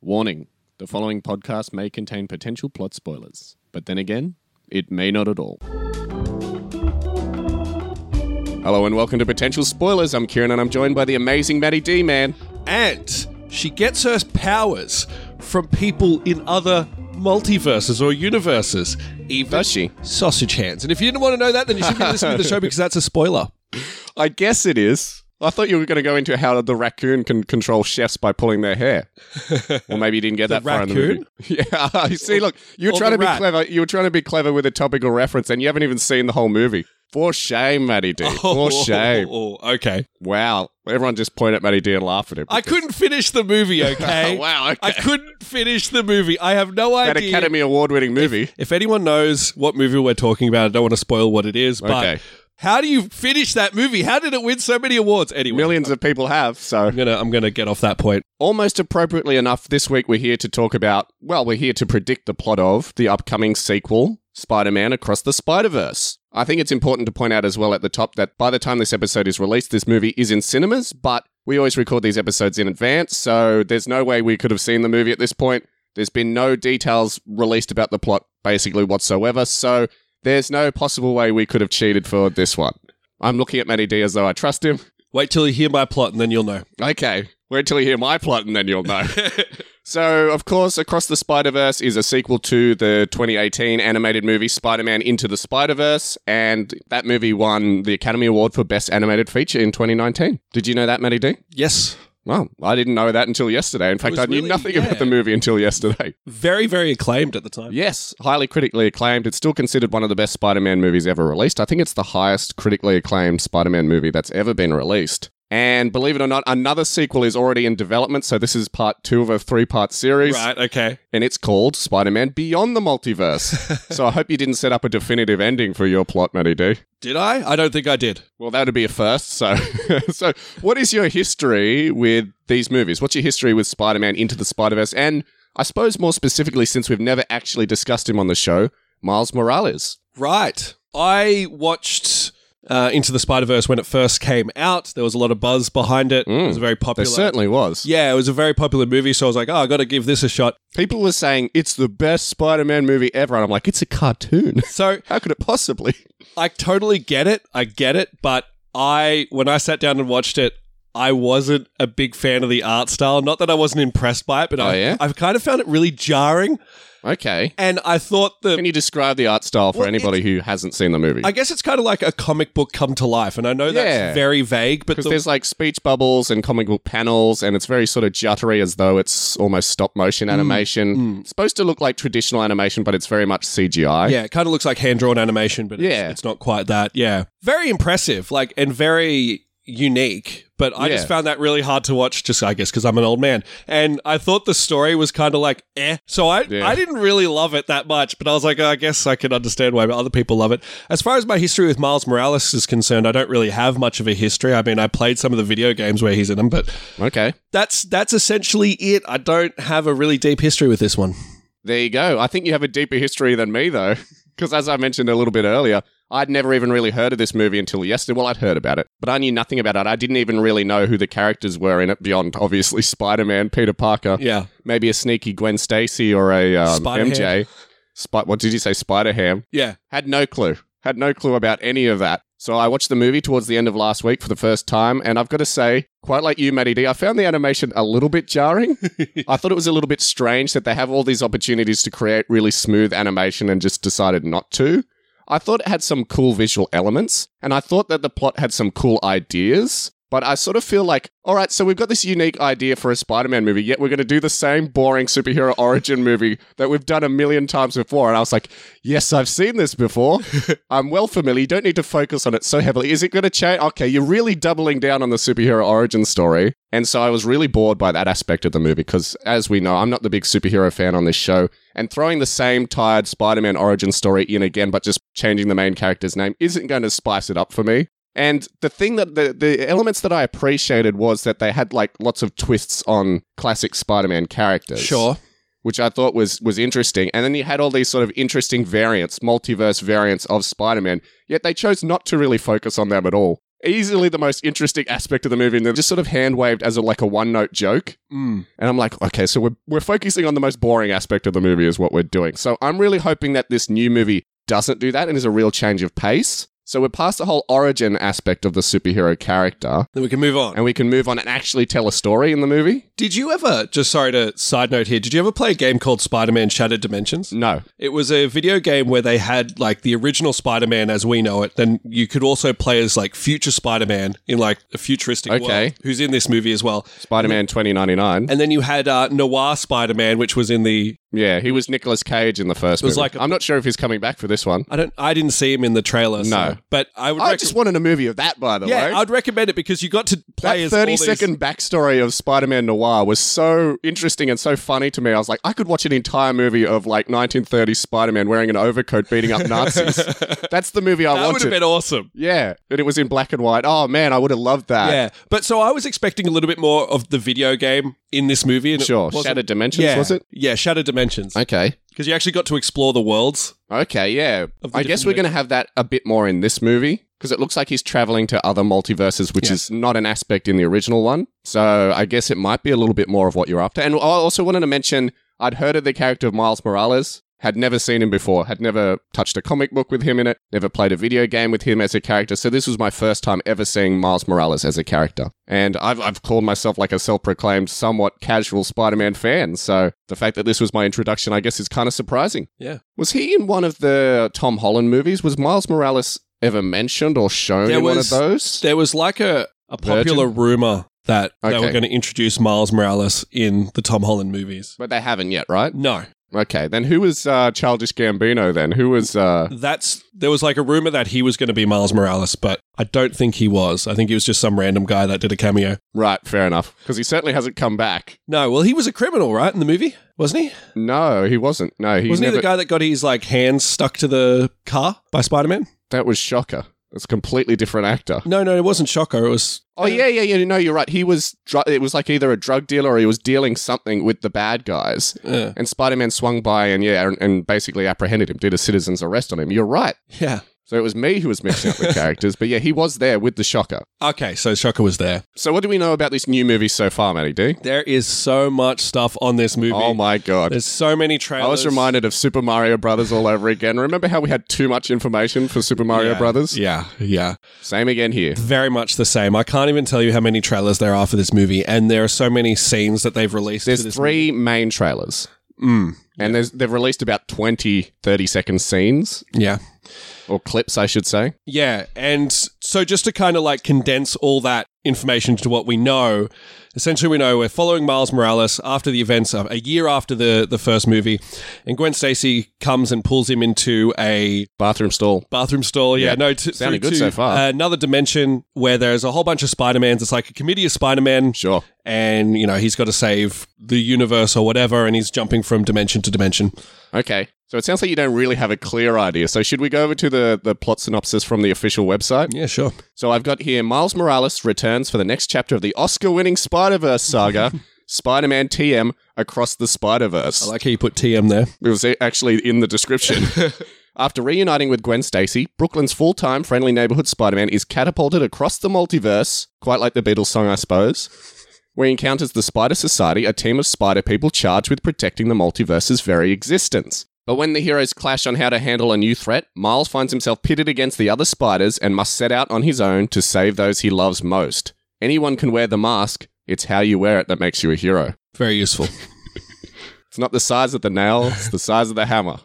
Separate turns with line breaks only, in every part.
Warning the following podcast may contain potential plot spoilers, but then again, it may not at all. Hello and welcome to Potential Spoilers. I'm Kieran and I'm joined by the amazing Maddie D, man.
And she gets her powers from people in other multiverses or universes. Even
Does she?
Sausage hands. And if you didn't want to know that, then you shouldn't be listening to the show because that's a spoiler.
I guess it is. I thought you were going to go into how the raccoon can control chefs by pulling their hair. Or maybe you didn't get that far in the
raccoon?
movie. Yeah, you see, look, you were
or
trying
the
to be
rat?
clever. You were trying to be clever with a topical reference, and you haven't even seen the whole movie. For shame, Matty D. For shame.
Oh, okay.
Wow. Everyone just point at Matty D and laugh at him.
I couldn't finish the movie, okay?
Wow, okay.
I couldn't finish the movie. I have no
That
idea.
Academy Award winning movie.
If anyone knows what movie we're talking about, I don't want to spoil what it is, but
Okay.
how do you finish that movie? How did it win so many awards? Anyway,
Millions of people have, so.
I'm gonna I'm gonna get off that point.
Almost appropriately enough, this week we're here to talk about, well, we're here to predict the plot of the upcoming sequel, Spider Man Across the Spider Verse. I think it's important to point out as well at the top that by the time this episode is released, this movie is in cinemas, but we always record these episodes in advance, so there's no way we could have seen the movie at this point. There's been no details released about the plot basically whatsoever, so there's no possible way we could have cheated for this one. I'm looking at Matty D as though I trust him.
Wait till you hear my plot and then you'll know.
Okay, wait till you hear my plot and then you'll know. so, of course, Across the Spider Verse is a sequel to the 2018 animated movie Spider Man Into the Spider Verse, and that movie won the Academy Award for Best Animated Feature in 2019. Did you know that, Matty D?
Yes.
Well, I didn't know that until yesterday. In fact,
was
I knew
really-
nothing
yeah.
about the movie until yesterday.
Very, very acclaimed at the time.
Yes, highly critically acclaimed. It's still considered one of the best Spider Man movies ever released. I think it's the highest critically acclaimed Spider Man movie that's ever been released. And believe it or not, another sequel is already in development. So this is part two of a three part series.
Right, okay.
And it's called Spider Man Beyond the Multiverse. so I hope you didn't set up a definitive ending for your plot, Matty D.
Did I? I don't think I did.
Well, that would be a first. So, so what is your history with these movies? What's your history with Spider-Man Into the Spider-Verse? And I suppose more specifically, since we've never actually discussed him on the show, Miles Morales.
Right. I watched uh, Into the Spider Verse when it first came out. There was a lot of buzz behind it. It was very
There
popular.
Mm. certainly was.
yeah, it was a very popular movie, so I was like, oh, I gotta give this a shot.
People were saying it's the best Spider-Man movie ever, and I'm like, it's a cartoon.
So
How could it possibly?
I totally get it. I get it, but I when I sat down and watched it, I wasn't a big fan of the art style. Not that I wasn't impressed by it, but I,
Oh, yeah?
I've kind of found it really jarring.
Okay.
And I thought that
Can you describe the art style for
Well,
anybody who hasn't seen the movie?
I guess it's kind of like a comic book come to life, and I know that's
Yeah.
very vague, but
Because
the-
there's like speech bubbles and comic book panels, and it's very sort of juttery as though it's almost stop
Mm,
motion animation. It's supposed to look like traditional animation, but it's very much CGI.
yeah, it kind of looks like hand drawn animation, but it's,
Yeah.
it's not quite that. Yeah, very impressive, like and very unique. But I just
Yeah.
found that really hard to watch. Just I guess because I'm an old man, and I thought the story was kind of like eh. So I
Yeah.
I didn't really love it that much. But I was like, "Oh, I guess I can understand why other people love it. As far as my history with Miles Morales is concerned, I don't really have much of a history. I mean, I played some of the video games where he's in them, but
Okay.
that's that's essentially it. I don't have a really deep history with this one.
There you go. I think you have a deeper history than me, though. Because as I mentioned a little bit earlier, I'd never even really heard of this movie until yesterday. Well, I'd heard about it, but I knew nothing about it. I didn't even really know who the characters were in it beyond, obviously, Spider Man, Peter Parker,
Yeah,
maybe a sneaky Gwen Stacy or a um,
Spider-Ham.
MJ. Sp- what did you say? Spider Ham.
yeah.
Had no clue. Had no clue about any of that. So I watched the movie towards the end of last week for the first time, and I've got to say, quite like you, Matty D, I found the animation a little bit jarring. I thought it was a little bit strange that they have all these opportunities to create really smooth animation and just decided not to. I thought it had some cool visual elements, and I thought that the plot had some cool ideas. But I sort of feel like, all right, so we've got this unique idea for a Spider Man movie, yet we're going to do the same boring superhero origin movie that we've done a million times before. And I was like, yes, I've seen this before. I'm well familiar. You don't need to focus on it so heavily. Is it going to change? Okay, you're really doubling down on the superhero origin story. And so I was really bored by that aspect of the movie because, as we know, I'm not the big superhero fan on this show. And throwing the same tired Spider Man origin story in again, but just changing the main character's name, isn't going to spice it up for me. And the thing that the, the elements that I appreciated was that they had like lots of twists on classic Spider Man characters
Sure.
which I thought was was interesting. And then you had all these sort of interesting variants, multiverse variants of Spider-Man, yet they chose not to really focus on them at all. easily the most interesting aspect of the movie, and they're just sort of hand waved as a, like a one note joke.
Mm.
And I'm like, okay, so we're, we're focusing on the most boring aspect of the movie, is what we're doing. So I'm really hoping that this new movie doesn't do that and is a real change of pace. So we're past the whole origin aspect of the superhero character,
Then we can move on.
and we can move on and actually tell a story in the movie.
Did you ever, just sorry to side note here, did you ever play a game called Spider Man Shattered Dimensions?
No.
It was a video game where they had like the original Spider Man as we know it. Then you could also play as like future Spider Man in like a futuristic
Okay.
world, who's in this movie as well.
Spider Man 2099.
And then you had uh, Noir Spider Man, which was in the
Yeah, he was Nicolas Cage in the first
was
movie.
like a-
I'm not sure if he's coming back for this one.
I don't I didn't see him in the trailer. so-
No.
but I would
I
rec-
just wanted a movie of that, by the
yeah
way.
I'd recommend it because you got to play
that
as all
30
these-
second backstory of Spider Man Noir was so interesting and so funny to me. I was like, I could watch an entire movie of like 1930s Spider Man wearing an overcoat beating up Nazis. That's the movie I
that would
wanted.
have been awesome.
yeah, and it was in black and white. Oh man, I would have loved that.
Yeah, but so I was expecting a little bit more of the video game in this movie. And it
Sure.
wasn't-
Shattered Dimensions,
yeah,
was it?
Yeah, Shattered Dimensions.
Okay.
Because you actually got to explore the worlds.
Okay, yeah.
Of the
I guess
different
we're going to have that a bit more in this movie because it looks like he's traveling to other multiverses, which
Yeah.
is not an aspect in the original one. So I guess it might be a little bit more of what you're after. And I also wanted to mention I'd heard of the character of Miles Morales, had never seen him before, had never touched a comic book with him in it, never played a video game with him as a character. So this was my first time ever seeing Miles Morales as a character. And I've, I've called myself like a self proclaimed, somewhat casual Spider Man fan. So the fact that this was my introduction, I guess, is kind of surprising.
Yeah.
Was he in one of the Tom Holland movies? Was Miles Morales ever mentioned or shown
There
in
was-
one of those?
There was like a, a popular rumor that they
Okay.
were going to introduce Miles Morales in the Tom Holland movies.
But they haven't yet, right?
No,
Okay, then who was uh, Childish Gambino then? Who was. Uh,
that's there was like a rumor that he was going to be Miles Morales, but I don't think he was. I think he was just some random guy that did a cameo.
right, fair enough. Because he certainly hasn't come back.
No, well, he was a criminal, right, in the movie, wasn't he?
No, he wasn't. No, he
wasn't
never.
he the guy that got his like hands stuck to the car by Spider Man?
that was Shocker. That's a completely different actor.
No, no, it wasn't Shocker. It was
Oh, yeah, yeah, yeah. No, you're right. He was. Dr- it was like either a drug dealer or he was dealing something with the bad guys.
uh,
And Spider Man swung by and, yeah, and, and basically apprehended him, did a citizen's arrest on him. You're right.
yeah.
So it was me who was mixing up the characters, but yeah, he was there with the shocker.
Okay, so Shocker was there.
So what do we know about this new movie so far, Matty D?
There is so much stuff on this movie.
Oh my god.
There's so many
I
trailers.
was reminded of Super Mario Brothers all over again. Remember how we had too much information for Super Mario
yeah,
Brothers?
Yeah, yeah.
Same again here.
Very much the same. I can't even tell you how many trailers there are for this movie, and there are so many scenes that they've released.
There's
for this
three main trailers.
movie. Mm,
And there's, they've released about 20 30 second scenes
yeah.
or clips, I should say.
Yeah, and so just to kind of like condense all that information to what we know, essentially we know we're following Miles Morales after the events of a year after the the first movie, and Gwen Stacy comes and pulls him into a
Bathroom stall.
bathroom stall. Yeah,
Yeah.
no, t-
Sounded
through
good
to uh,
so far.
Another dimension where there's a whole bunch of Spider Mans. It's like a committee of Spider Man,
Sure.
and you know he's got to save the universe or whatever, and he's jumping from dimension to dimension.
Okay. So it sounds like you don't really have a clear idea. So should we go over to the, the plot synopsis from the official website?
Yeah, sure.
So I've got here Miles Morales returns for the next chapter of the Oscar winning Spider Verse saga, Spider Man TM Across the Spider
I
Verse.
like how you put TM there.
it was a- actually in the description. After reuniting with Gwen Stacy, Brooklyn's full time friendly neighborhood Spider Man is catapulted across the multiverse, quite like the Beatles song, I suppose. Where he encounters the Spider Society, a team of spider people charged with protecting the multiverse's very existence. But when the heroes clash on how to handle a new threat, Miles finds himself pitted against the other spiders and must set out on his own to save those he loves most. Anyone can wear the mask, it's how you wear it that makes you a hero.
Very useful.
It's not the size of the nail, it's the size of the hammer.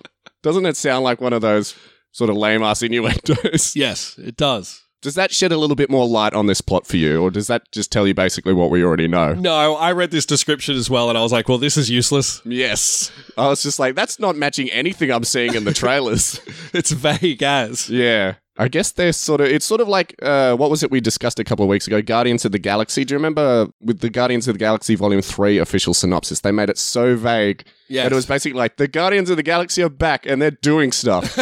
Doesn't it sound like one of those sort of lame ass innuendos?
yes, it does.
Does that shed a little bit more light on this plot for you, or does that just tell you basically what we already know?
No, I read this description as well, and I was like, well, this is useless.
Yes. I was just like, that's not matching anything I'm seeing in the trailers.
It's vague as.
yeah. I guess they're sort of, it's sort of like, uh, what was it we discussed a couple of weeks ago? Guardians of the Galaxy. Do you remember uh, with the Guardians of the Galaxy Volume 3 official synopsis? They made it so vague
Yes.
that it was basically like, the Guardians of the Galaxy are back and they're doing stuff.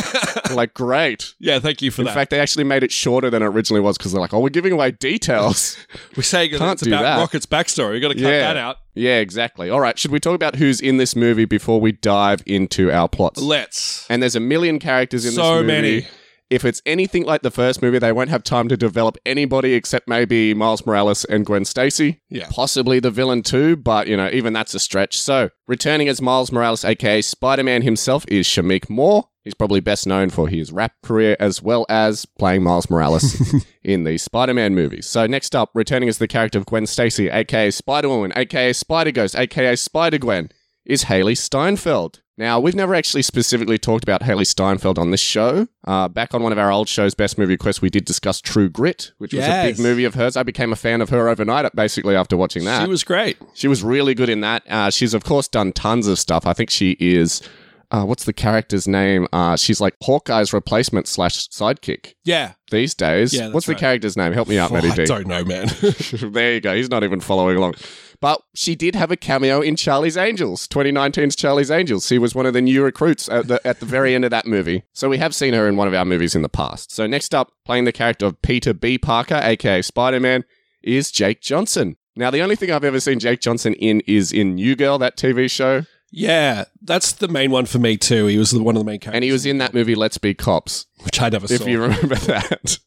like, great.
yeah, thank you for
In
that.
fact, they actually made it shorter than it originally was because they're like, oh, we're giving away details.
We're saying that
Can't
it's
do
about
that.
Rocket's backstory. We've got to cut
Yeah.
that out.
yeah, exactly. All right, should we talk about who's in this movie before we dive into our plots?
Let's.
and there's a million characters in this
So
movie.
many.
If it's anything like the first movie, they won't have time to develop anybody except maybe Miles Morales and Gwen Stacy.
Yeah.
Possibly the villain too, but you know, even that's a stretch. So, returning as Miles Morales, aka Spider Man himself, is Shamik Moore. He's probably best known for his rap career as well as playing Miles Morales in the Spider Man movies. So, next up, returning as the character of Gwen Stacy, aka Spider Woman, aka Spider Ghost, aka Spider Gwen, is Haley Steinfeld. Now, we've never actually specifically talked about Haley Steinfeld on this show. Uh, back on one of our old shows, Best Movie Quest, we did discuss True Grit, which was a
Yes.
big movie of hers. I became a fan of her overnight, basically, after watching that.
She was great.
She was really good in that. Uh, she's of course done tons of stuff. I think she is. Uh, what's the character's name? Uh, she's like Hawkeye's replacement slash sidekick
Yeah.
these days.
Yeah, that's
what's
right.
the character's name? Help me out,
Oh,
Matty
I
D.
don't know, man.
there you go. He's not even following along. But she did have a cameo in Charlie's Angels, 2019's Charlie's Angels. She was one of the new recruits at the, at the very end of that movie. So we have seen her in one of our movies in the past. So next up, playing the character of Peter B. Parker, aka Spider Man, is Jake Johnson. Now, the only thing I've ever seen Jake Johnson in is in New Girl, that TV show.
yeah, that's the main one for me too. He was the, one of the main characters,
And he was in that movie, Let's Be Cops.
which I never
if
saw.
you remember that.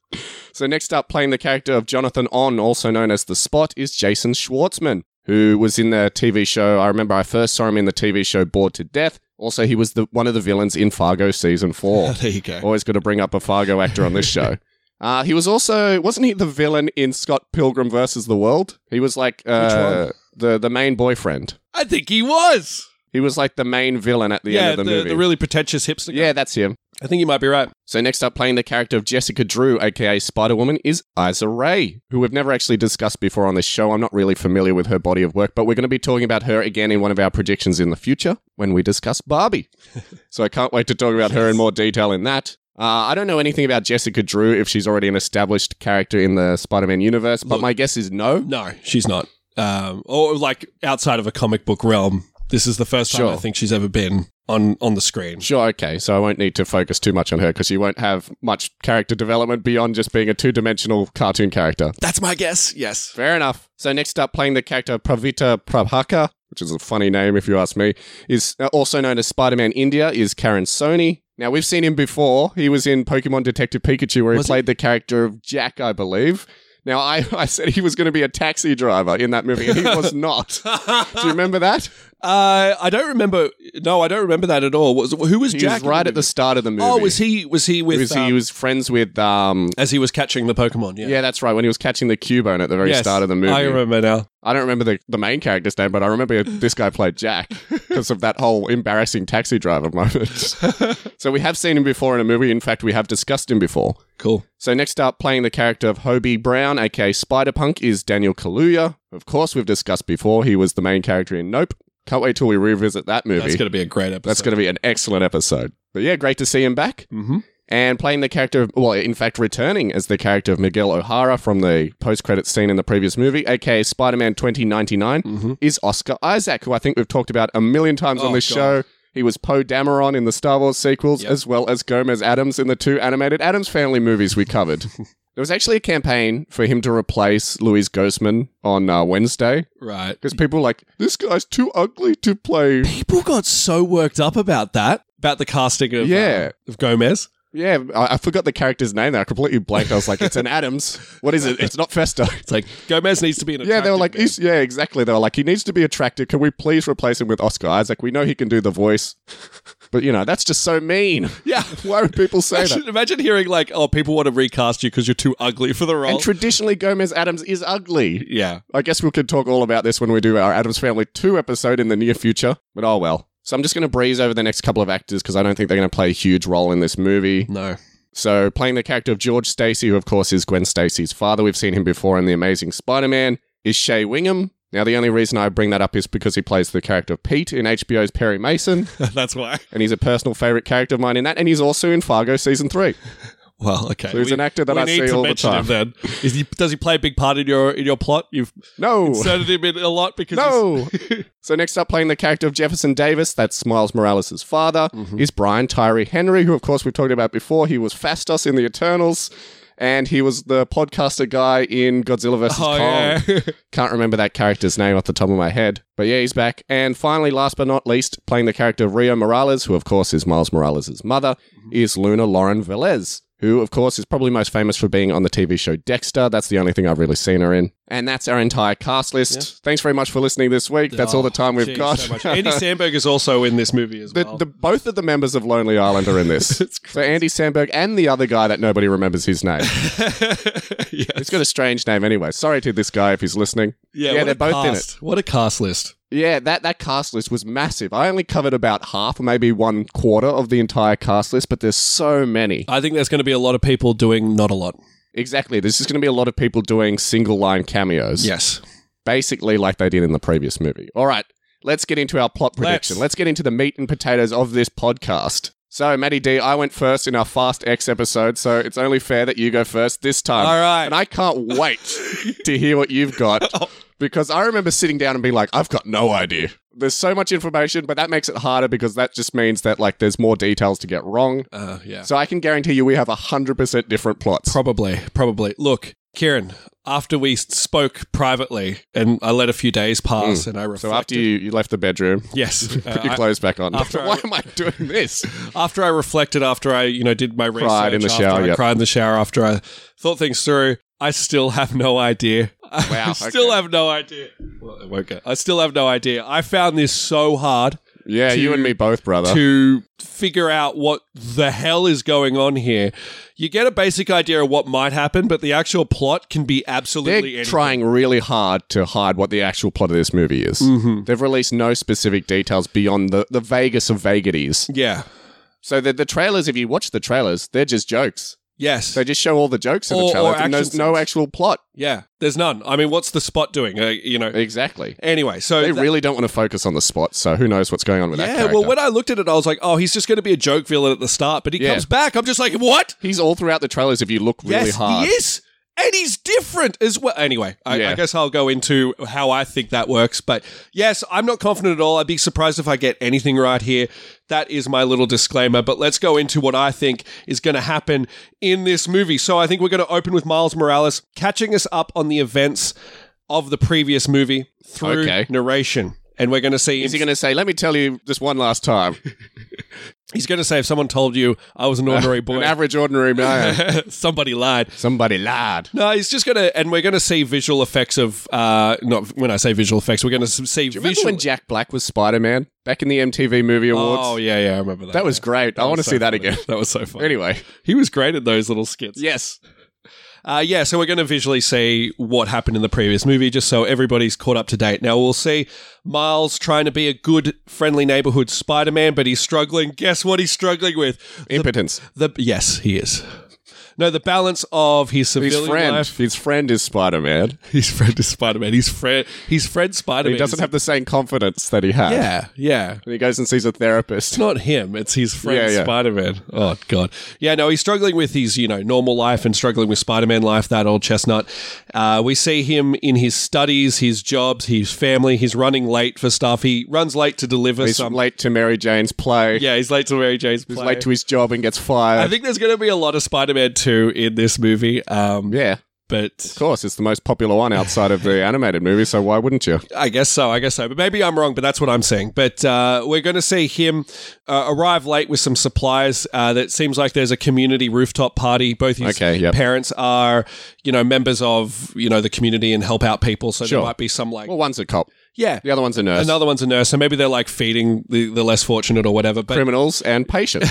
so next up, playing the character of Jonathan On, also known as the Spot, is Jason Schwartzman, who was in the TV show. I remember I first saw him in the TV show Bored to Death. Also, he was the one of the villains in Fargo season four.
there you go.
Always got to bring up a Fargo actor on this show. Uh, he was also wasn't he the villain in Scott Pilgrim versus the World? He was like uh, the the main boyfriend.
I think he was.
He was like the main villain at the
yeah,
end of the, movie.
really pretentious hipster. guy.
yeah, that's him.
I think you might be right.
So next up, playing the character of Jessica Drew, aka Spider Woman, is Isa Ray, who we've never actually discussed before on this show. I'm not really familiar with her body of work, but we're going to be talking about her again in one of our predictions in the future when we discuss Barbie. so I can't wait to talk about her in more detail in that. Uh, I don't know anything about Jessica Drew if she's already an established character in the Spider-Man universe, but
Look-
my guess is no.
No, she's not. Um, or like outside of a comic book realm, this is the first time
Sure.
I think she's ever been on on the screen.
Sure, okay. So I won't need to focus too much on her because she won't have much character development beyond just being a two-dimensional cartoon character.
That's my guess. Yes.
Fair enough. So next up, playing the character Pravita Prabhaka, which is a funny name if you ask me, is uh, also known as Spider-Man India, is Karen Sony. Now we've seen him before. He was in Pokemon Detective Pikachu, where
Was
he
he?
played the character of Jack, I believe. Now I, I said he was going to be a taxi driver in that movie, and he was not. Do you
uh,
remember that?
I don't remember. No, I don't remember that at all. Was, who was
He
Jack?
was right
in
at the start of the movie.
movie? Oh, was he? Was he with?
Was he,
um,
he was friends with? Um,
as he was catching the Pokemon? Yeah.
yeah. that's right. When he was catching the Cubone at the very
Yes,
start of the movie,
I remember now.
I don't remember the, the main character's name, but I remember this guy played Jack because of that whole embarrassing taxi driver moment. so we have seen him before in a movie. In fact, we have discussed him before.
Cool.
So next up, playing the character of Hobie Brown, aka Spider Punk, is Daniel Kaluuya. Of course, we've discussed before. He was the main character in Nope. Can't wait till we revisit that movie.
That's going to be a great episode.
That's going to be an excellent episode. But yeah, great to see him back
Mm-hmm.
and playing the character of, well, in fact, returning as the character of Miguel O'Hara from the post credit scene in the previous movie, aka Spider Man 2099,
Mhm.
is Oscar Isaac, who I think we've talked about a million times on
Oh,
this
God.
show. He was Poe Dameron in the Star Wars sequels,
Yep.
as well as Gomez Adams in the two animated Adams Family movies we covered. there was actually a campaign for him to replace Louise Ghostman on uh, Wednesday
Right.
because people were like, this guy's too ugly to play.
People got so worked up about that, about the casting of uh,
Yeah.
of Gomez.
Yeah, I, I forgot the character's name there. I completely blanked. I was like, it's an Adams. What is it? It's not Fester.
It's like Gomez needs to be an
Yeah, they were
attractive
like,
man.
he's, yeah, exactly. They were like, he needs to be attractive. Can we please replace him with Oscar Isaac? We know he can do the voice, but you know that's just so mean.
yeah.
Why would people say that?
Imagine, imagine hearing like, oh, people want to recast you because you're too ugly for the role.
And traditionally, Gomez Adams is ugly.
yeah,
I guess we could talk all about this when we do our Adams Family Two episode in the near future. But oh well. So I'm just going to breeze over the next couple of actors because I don't think they're going to play a huge role in this movie.
no,
So, playing the character of George Stacy, who of course is Gwen Stacy's father, we've seen him before in The Amazing Spider Man, is Shea Wingham. Now, the only reason I bring that up is because he plays the character of Pete in HBO's Perry Mason,
that's why.
and he's a personal favorite character of mine in that, and he's also in Fargo Season 3.
Well, okay.
So he's
We-
an actor that
we
I
need
see
to
all the
mention
time.
Him then Is he, does he play a big part in your in your plot? You've
No!
inserted him in a lot because
No! so, next up, playing the character of Jefferson Davis, that's Miles Morales' father,
Mm-hmm.
is Brian Tyree Henry, who of course we've talked about before. He was Fastos in The Eternals, and he was the podcaster guy in Godzilla vs.
he's,
Kong.
oh yeah,
Can't remember that character's name off the top of my head. But yeah, he's back. And finally, last but not least,
Mm-hmm.
playing the character of Rio Morales, who of course is Miles Morales' mother, is Luna Lauren Velez, who, of course, is probably most famous for being on the TV show Dexter. That's the only thing I've really seen her in. And that's our entire cast list. Thanks very much for listening this week. That's all the time we've
Jeez,
got.
so much. Andy Sandberg is also in this movie as
The,
well.
the, both of the members of Lonely Island are in this. so Andy Sandberg and the other guy that nobody remembers his name.
yeah,
He's got a strange name anyway. Sorry to this guy if he's listening.
yeah,
they're both in
in it. What a cast list.
Yeah, that, that cast list was massive. I only covered about half or maybe one quarter of the entire cast list, but there's so many.
I think there's going to be a lot of people doing not a lot.
Exactly. There's just going to be a lot of people doing single line cameos.
Yes.
Basically, like they did in the previous movie. All right. Let's get into our plot prediction.
Let's.
Let's, get into the meat and potatoes of this podcast. So, Maddie D, I went first in our Fast X episode, so it's only fair that you go first this time.
All right.
Um, And I can't wait to hear what you've got
Oh.
because I remember sitting down and being like, I've got no idea. There's so much information, but that makes it harder because that just means that like there's more details to get wrong.
Uh, yeah.
So I can guarantee you we have 100% different plots.
Probably, probably. Look, Kieran, after we s- spoke privately and I let a few days pass and I reflected.
Mm. So after you, you left the bedroom,
yes. uh,
put your
I-
clothes back on.
after I-
Why am I doing this?
after I reflected, after I, you know, did my research,
Cried in the
after
shower,
I
yep.
cried in the shower, after I thought things through, I still have no idea. I
Wow,
still
okay.
have no idea. Well, it won't go. I still have no idea. I found this so hard
Yeah,
To-
you and me both, brother.
to figure out what the hell is going on here. You get a basic idea of what might happen, but the actual plot can be
They're
absolutely anything.
trying really hard to hide what the actual plot of this movie is.
Mm. Mm-hmm.
They've released no specific details beyond the, the vaguest of vagaries.
Yeah.
So the, the trailers, if you watch the trailers, they're just jokes.
Yes.
They just show all the jokes in
Or-
the
or
trailer, and
action
there's no
scenes.
actual plot.
yeah. There's none. I mean, what's the spot doing? Uh, you know.
Exactly.
Anyway, so
They
that-
really don't want to focus on the spot, so who knows what's going on with that
yeah.
character.
Well, when I looked at it, I was like, oh, he's just going to be a joke villain at the start, but he
Yeah.
comes back. I'm just like, what?
He's all throughout the trailers if you look really
yes,
hard.
he is. And he's different as well. Anyway, I, I
Yeah.
guess I'll go into how I think that works. But yes, I'm not confident at all. I'd be surprised if I get anything right here. That is my little disclaimer. But let's go into what I think is going to happen in this movie. So I think we're going to open with Miles Morales catching us up on the events of the previous movie through
Okay.
narration. And we're going to see
Is he going to say, let me tell you this one last time?
he's going to say if someone told you I was an ordinary
An
boy,
average, ordinary man.
somebody lied.
Somebody lied.
No, he's just gonna, and we're gonna see visual effects of. uh Not when I say visual effects, we're gonna s- see
Do you remember
visual.
when Jack Black was Spider Man back in the MTV Movie Awards?
oh yeah, yeah, I remember that.
that was great. I want to see that again.
That was so funny.
anyway,
He was great at those little skits.
yes.
Uh, yeah, so we're going to visually see what happened in the previous movie, just so everybody's caught up to date. Now, we'll see Miles trying to be a good, friendly neighborhood Spider Man, but he's struggling. Guess what he's struggling with?
Impotence.
The Yes, he is. No, the balance of his
His
civilian
friend.
life.
His friend is Spider Man.
His friend is Spider Man. He's friend. He's friend Spider Man.
He doesn't have the same confidence that he had.
Yeah, yeah.
And he goes and sees a therapist.
It's not him. It's his friend
Yeah, yeah.
Spider Man. Oh God. Yeah. No, he's struggling with his you know normal life and struggling with Spider Man life. That old chestnut. Uh, we see him in his studies, his jobs, his family. He's running late for stuff. He runs late to deliver
He's
some.
late to Mary Jane's play.
Yeah, he's late to Mary Jane's
He's
play.
late to his job and gets
I
fired.
think there's going to be a lot of Spider Man 2 in this movie. Um,
yeah.
But
Of course, it's the most popular one outside of the animated movie, so why wouldn't you?
I guess so. I guess so. But maybe I'm wrong, but that's what I'm saying. But uh, we're going to see him uh, arrive late with some supplies. Uh, that seems like there's a community rooftop party. Both his
Okay, yep.
parents are, you know, members of, you know, the community and help out people. So
Sure.
there might be some like,
Well, one's a cop,
yeah.
the other one's a nurse.
Another one's a nurse, so maybe they're like feeding the, the less fortunate or whatever. But
Criminals and patients.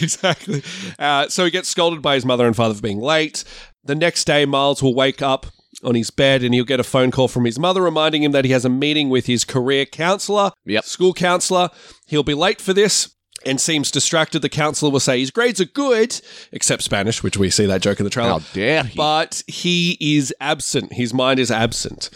exactly. Uh, so he gets scolded by his mother and father for being late. The next day, Miles will wake up on his bed and he'll get a phone call from his mother reminding him that he has a meeting with his career counselor,
Yep.
school counselor. He'll be late for this and seems distracted. The counselor will say his grades are good, except Spanish, which we see that joke in the
How
trailer
dare he?
but he is absent. His mind is absent.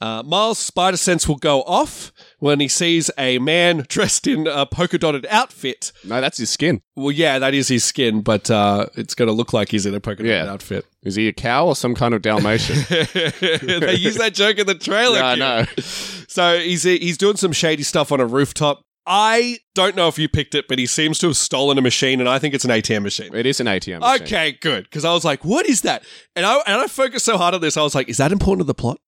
Uh, Miles' spider sense will go off when he sees a man dressed in a polka dotted outfit.
no, that's his skin.
Well, yeah, that is his skin, but uh, it's going to look like he's in a polka dotted
Yeah.
outfit.
Is he a cow or some kind of Dalmatian?
they use that joke in the trailer.
Yeah, I
Kev.
know.
So he's he's doing some shady stuff on a rooftop. I don't know if you picked it, but he seems to have stolen a machine, and I think it's an ATM machine.
It is an ATM. machine.
Okay, good. Because I was like, what is that? And I and I focused so hard on this, I was like, is that important to the plot?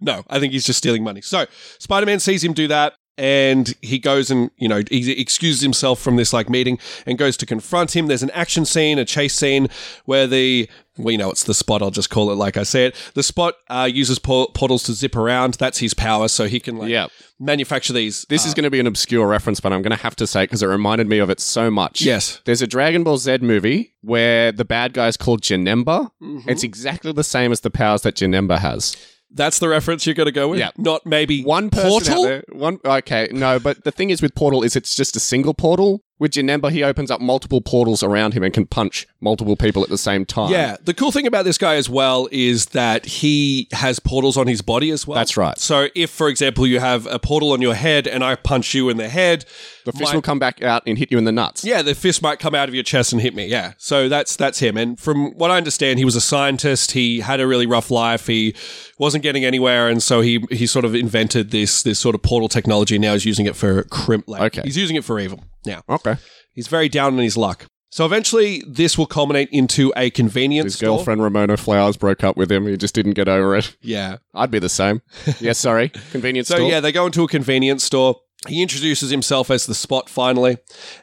no, I think he's just stealing money. So Spider Man sees him do that. and he goes and you know he excuses himself from this like meeting and goes to confront him there's an action scene a chase scene where the we know it's the spot i'll just call it like i said the spot uh, uses por- portals to zip around that's his power so he can like
Yeah.
manufacture these
This is going to be an obscure reference, but I'm going to have to say it because it reminded me of it so much.
yes
There's a Dragon Ball Z movie where the bad guy is called Janemba.
Mm-hmm.
It's exactly the same as the powers that Janemba has.
that's the reference you're going to go with
Yeah.
not maybe
One person out
portal
there- one okay, no, but the thing is with Portal is it's just a single portal. With Janemba, he opens up multiple portals around him and can punch multiple people at the same time.
Yeah, the cool thing about this guy as well is that he has portals on his body as well.
That's right.
So if, for example, you have a portal on your head and I punch you in the head,
The fist
my-
will come back out and hit you in the nuts.
yeah, the fist might come out of your chest and hit me. Yeah, so that's that's him. And from what I understand, he was a scientist. He had a really rough life. He wasn't getting anywhere, and so he he sort of invented this this sort of portal technology. Now he's using it for crimp. Like,
Okay.
he's using it for evil now.
Okay.
He's very down on his luck. So eventually, this will culminate into a
His
convenience store.
girlfriend Ramona Flowers broke up with him. He just didn't get over it.
Yeah.
I'd be the same. yeah, sorry. Convenience
So
store.
yeah, they go into a convenience store. He introduces himself as the spot finally,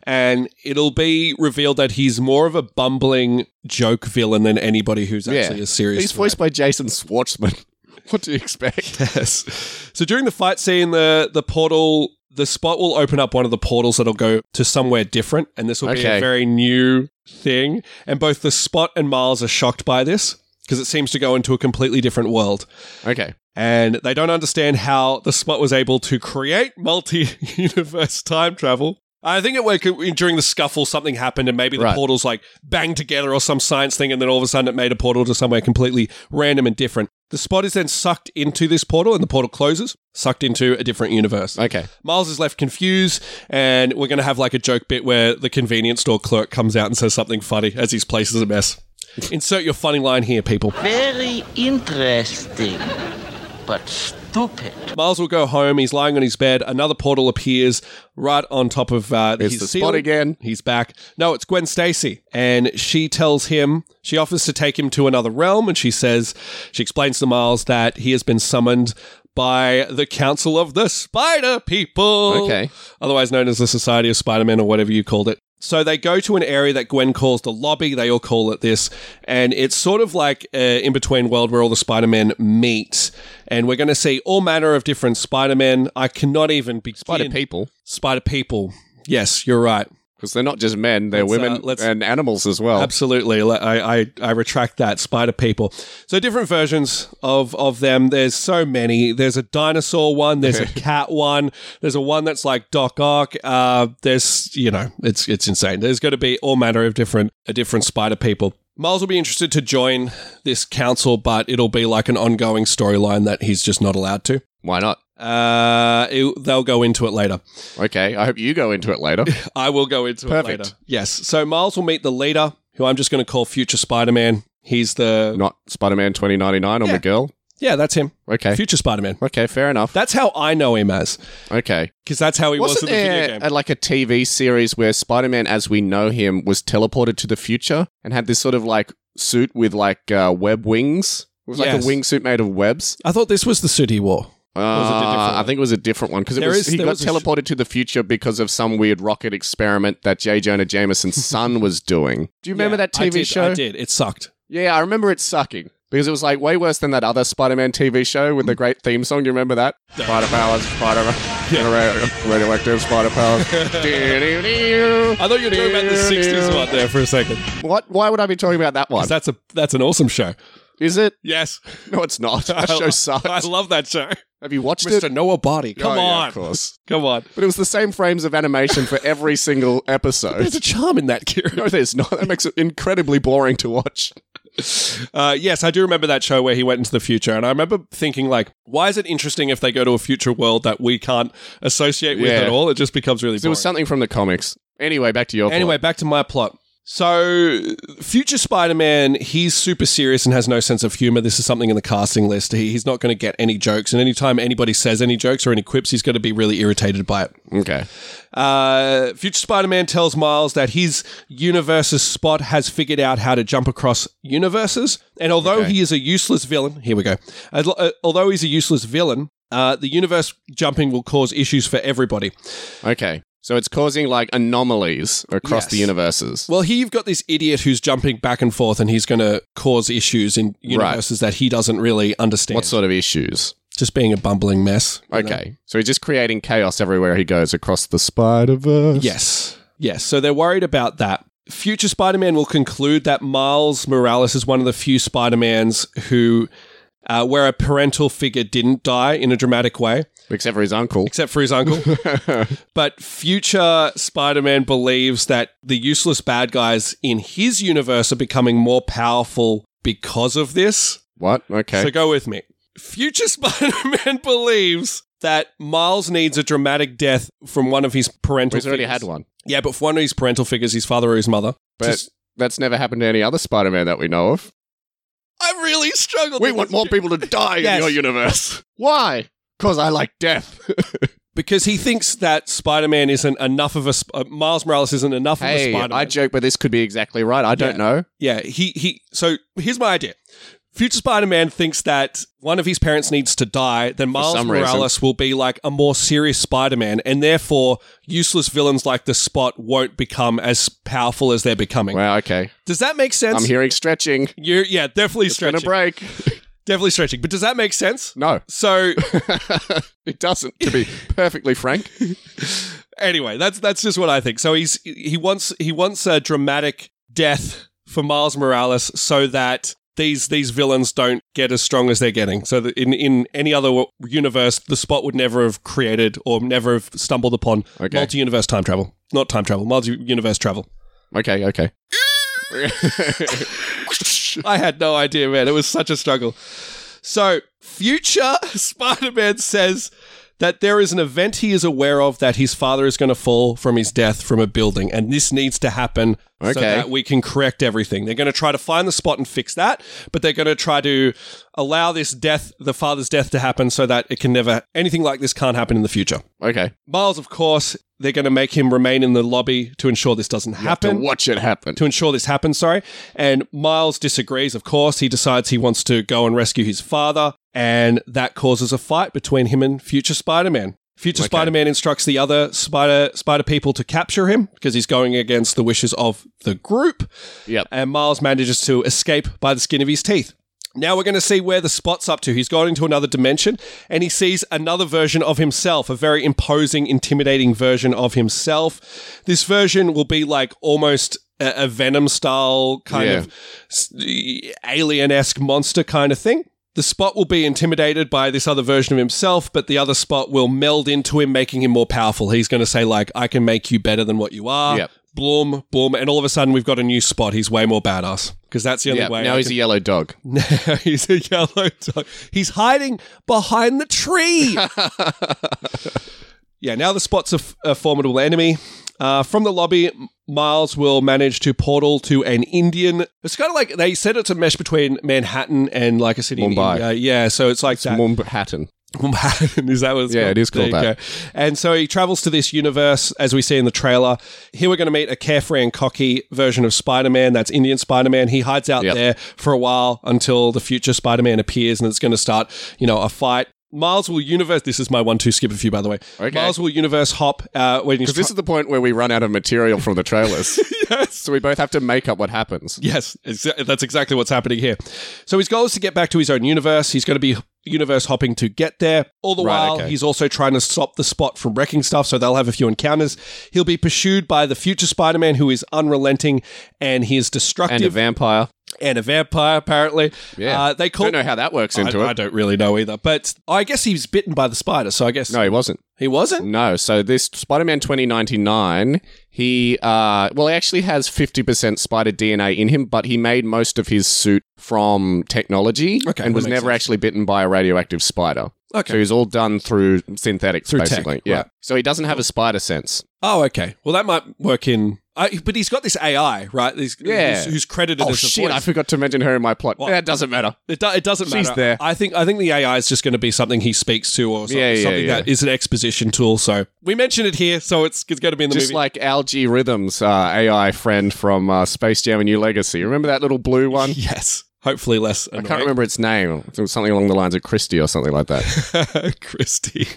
and it'll be revealed that he's more of a bumbling joke villain than anybody who's
Yeah.
actually a serious.
He's voiced by Jason Schwartzman. What do you expect?
threat. Yes. So during the fight scene, the the portal, the spot will open up one of the portals that'll go to somewhere different, and this will be a
Okay.
very new thing. And both the spot and Miles are shocked by this because it seems to go into a completely different world.
Okay.
and they don't understand how the spot was able to create multi-universe time travel. I think it worked during the scuffle. Something happened, and maybe the
Right.
portals like banged together or some science thing, and then all of a sudden it made a portal to somewhere completely random and different. The spot is then sucked into this portal, and the portal closes, sucked into a different universe.
Okay.
Miles is left confused, and we're going to have like a joke bit where the convenience store clerk comes out and says something funny as his place is a mess. Insert your funny line here, people.
Very interesting, but stupid.
Miles will go home. He's lying on his bed. Another portal appears right on top of uh,
It's
his
the
ceiling.
spot again.
He's back. No, it's Gwen Stacy. And she tells him, she offers to take him to another realm. And she says, she explains to Miles that he has been summoned by the Council of the Spider People.
Okay.
Otherwise known as the Society of Spider Man or whatever you called it. So they go to an area that Gwen calls the lobby. They all call it this. And it's sort of like an in between world where all the Spider Men meet. And we're going to see all manner of different Spider Men. I cannot even begin.
Spider people.
Spider people. Yes, you're right.
Because they're not just men, they're
Let's, uh,
women
let's-
and animals as well.
Absolutely. Le- I, I, I retract that. Spider people. So different versions of, of them. There's so many. There's a dinosaur one. There's a cat one. There's a one that's like Doc Ock. Uh, there's, you know, it's, it's insane. There's going to be all manner of different, uh, different spider people. Miles will be interested to join this council, but it'll be like an ongoing storyline that he's just not allowed to.
Why not?
Uh, it- they'll go into it later.
Okay. I hope you go into it later.
I will go into it
Perfect.
later. Yes. So Miles will meet the leader, who I'm just going to call Future Spider Man. He's the.
not Spider Man 2099 or
Yeah.
McGill.
Yeah, that's him.
Okay.
Future Spider Man.
Okay, fair enough.
That's how I know him as,
Okay.
because that's how he was in
Wasn't
the video
there
game.
a, like a TV series where Spider Man, as we know him, was teleported to the future and had this sort of like suit with like uh, web wings? It was like
Yes.
a wingsuit made of webs.
I thought this was the suit he wore. was it a
Uh,
different
I
one?
think it was a different one because
There is-
he
there
got
was a sh-
teleported to the future because of some weird rocket experiment that J. Jonah Jameson's son was doing. Do you remember
Yeah,
that
I
TV
did,
show?
I did. It sucked.
Yeah, I remember it sucking because it was like way worse than that other Spider-Man TV show with the great theme song. Do you remember that? Spider powers, Spider yeah. radioactive spider powers.
I thought you were talking about the 60s one there for a second.
What? Why would I be talking about that one?
'Cause That's a that's an awesome show.
Is it?
Yes.
No, it's not. That
I
show
lo-
sucks.
I love that show.
Have you watched it?
Mr. Noah Body.
Oh,
Come
yeah,
on.
of course.
Come on.
But it was the same frames of animation for every single episode.
There's a charm in that, Kieran.
No, there's not. That makes it incredibly boring to watch.
Uh, yes, I do remember that show where he went into the future, and I remember thinking, like, why is it interesting if they go to a future world that we can't associate with
Yeah.
at all? It just becomes really
There
boring.
was something from the comics. Anyway, back to your
anyway, back to my plot. So, future Spider-Man, he's super serious and has no sense of humor. This is something in the casting list. He, he's not going to get any jokes, and anytime anybody says any jokes or any quips, he's going to be really irritated by it.
point. Okay.
Uh, Future Spider-Man tells Miles that his universe's spot has figured out how to jump across universes, and although
Okay.
he is a useless villain, here we go. As- uh, Although he's a useless villain, uh, the universe jumping will cause issues for everybody.
Okay. So it's causing like anomalies across
Yes.
the universes.
Well, here you've got this idiot who's jumping back and forth, and he's going to cause issues in universes that he doesn't really understand.
what sort of issues?
Just being a bumbling mess. you know?
Okay. So he's just creating chaos everywhere he goes across the Spider Verse.
Yes. Yes. So they're worried about that. Future Spider Man will conclude that Miles Morales is one of the few Spider Mans who, uh, where a parental figure didn't die in a dramatic way,
Except for his uncle.
except for his uncle. but future Spider Man believes that the useless bad guys in his universe are becoming more powerful because of this.
what? Okay.
So go with me. Future Spider Man believes that Miles needs a dramatic death from one of his parental
he's already
figures.
had one.
Yeah, but for one of his parental figures, his father or his mother.
But
Just-
that's never happened to any other Spider Man that we know of.
I really struggled.
We
with
want
this
more
shit.
people to die
Yes.
in your universe. Why? Because I like death.
because he thinks that Spider-Man isn't enough of a sp- uh, Miles Morales isn't enough
hey,
of a Spider-Man.
I joke, but this could be exactly right. I don't
Yeah.
know.
yeah, he he. So here's my idea. Future Spider-Man thinks that one of his parents needs to die, then Miles
some reason.
Morales will be like a more serious Spider-Man, and therefore useless villains like the Spot won't become as powerful as they're becoming.
Wow, okay.
Does that make sense?
I'm hearing stretching.
You're, yeah, definitely
It's going to
stretching.
break.
definitely stretching. But does that make sense?
No,
So
it doesn't, to be perfectly frank.
anyway, that's that's just what I think. So he's he wants he wants a dramatic death for Miles Morales so that these these villains don't get as strong as they're getting. So that in in any other wo- universe, the spot would never have created or never have stumbled upon
Okay.
multi-universe time travel, not time travel, multi-universe travel.
Okay, okay.
I had no idea, man. It was such a struggle. So, future Spider Man says that there is an event he is aware of that his father is going to fall from his death from a building, and this needs to happen so
Okay.
that we can correct everything. They're going to try to find the spot and fix that, but they're going to try to allow this death, the father's death, to happen so that it can never, anything like this can't happen in the future.
okay.
Miles, of course, they're going to make him remain in the lobby to ensure this doesn't
To
happen
watch it happen.
to ensure this happens, sorry. And Miles disagrees, of course. He decides he wants to go and rescue his father, and that causes a fight between him and future Spider Man. Future
Okay.
Spider Man instructs the other Spider Spider people to capture him because he's going against the wishes of the group,
Yep.
and Miles manages to escape by the skin of his teeth. Now we're going to see where the spot's up to. He's gone into another dimension and he sees another version of himself, a very imposing, intimidating version of himself. This version will be like almost a, a Venom style kind
Yeah.
of s- alien esque monster kind of thing. The spot will be intimidated by this other version of himself, but the other spot will meld into him, making him more powerful. He's going to say, like, I can make you better than what you are.
Yep.
Bloom, boom. And all of a sudden, we've got a new spot. He's way more badass because that's the only
Yeah,
way.
now
I
he's a yellow dog.
now he's a yellow dog. He's hiding behind the tree. yeah, now the spot's a, f- a formidable enemy. Uh, from the lobby, Miles will manage to portal to an Indian. It's kind of like they said it's a mesh between Manhattan and like a city
Mumbai.
in India. Yeah, so it's like that.
Mumhattan.
Manhattan. Is that what it's
Yeah,
called?
it is called
There you go. And so he travels to this universe, as we see in the trailer. Here we're going to meet a carefree and cocky version of Spider Man. That's Indian Spider Man. He hides out
Yep.
there for a while until the future Spider Man appears and it's going to start, you know, a fight. Miles will universe. This is my one two skip a few, by the way.
Okay.
Miles will universe hop uh, when he's.
Because this is the point where we run out of material from the trailers.
yes.
so we both have to make up what happens.
Yes, exa- that's exactly what's happening here. So his goal is to get back to his own universe. He's going to be universe hopping to get there. All the
Right,
while,
okay.
he's also trying to stop the spot from wrecking stuff, so they'll have a few encounters. He'll be pursued by the future Spider Man, who is unrelenting and he is
And a
destructive and
vampire.
a, vampire, apparently.
Yeah.
Uh, they call.
Don't know how that works
I,
into
I
it.
don't really know either, but I guess he was bitten by the spider, so I guess
No, he wasn't.
he wasn't.
No. So this Spider-Man 2099, he uh well he actually has 50% spider DNA in him, but he made most of his suit from technology
Okay,
and
that
was
makes
never
sense.
actually bitten by a radioactive spider. So
Okay.
he's all done through synthetics
Through tech,
basically. yeah.
right.
So he doesn't have a spider sense.
Oh, okay. Well, that might work in. I, but he's got this AI, right? He's-
Yeah.
Who's, who's credited
Oh
as a
shit,
voice.
I forgot to mention her in my plot.
What?
That doesn't matter.
It, do- it doesn't
She's
matter.
there.
I think I think the AI is just going to be something he speaks to, or something,
Yeah, yeah,
something
yeah.
that is an exposition tool. So we mentioned it here, so it's, it's going to be in the
Just
movie.
like Algae Rhythms uh, AI friend from uh, Space Jam: A New Legacy. Remember that little blue one?
yes, Hopefully less.
I can't remember its name. It was something along the lines of Christie or something like that.
remember Christie.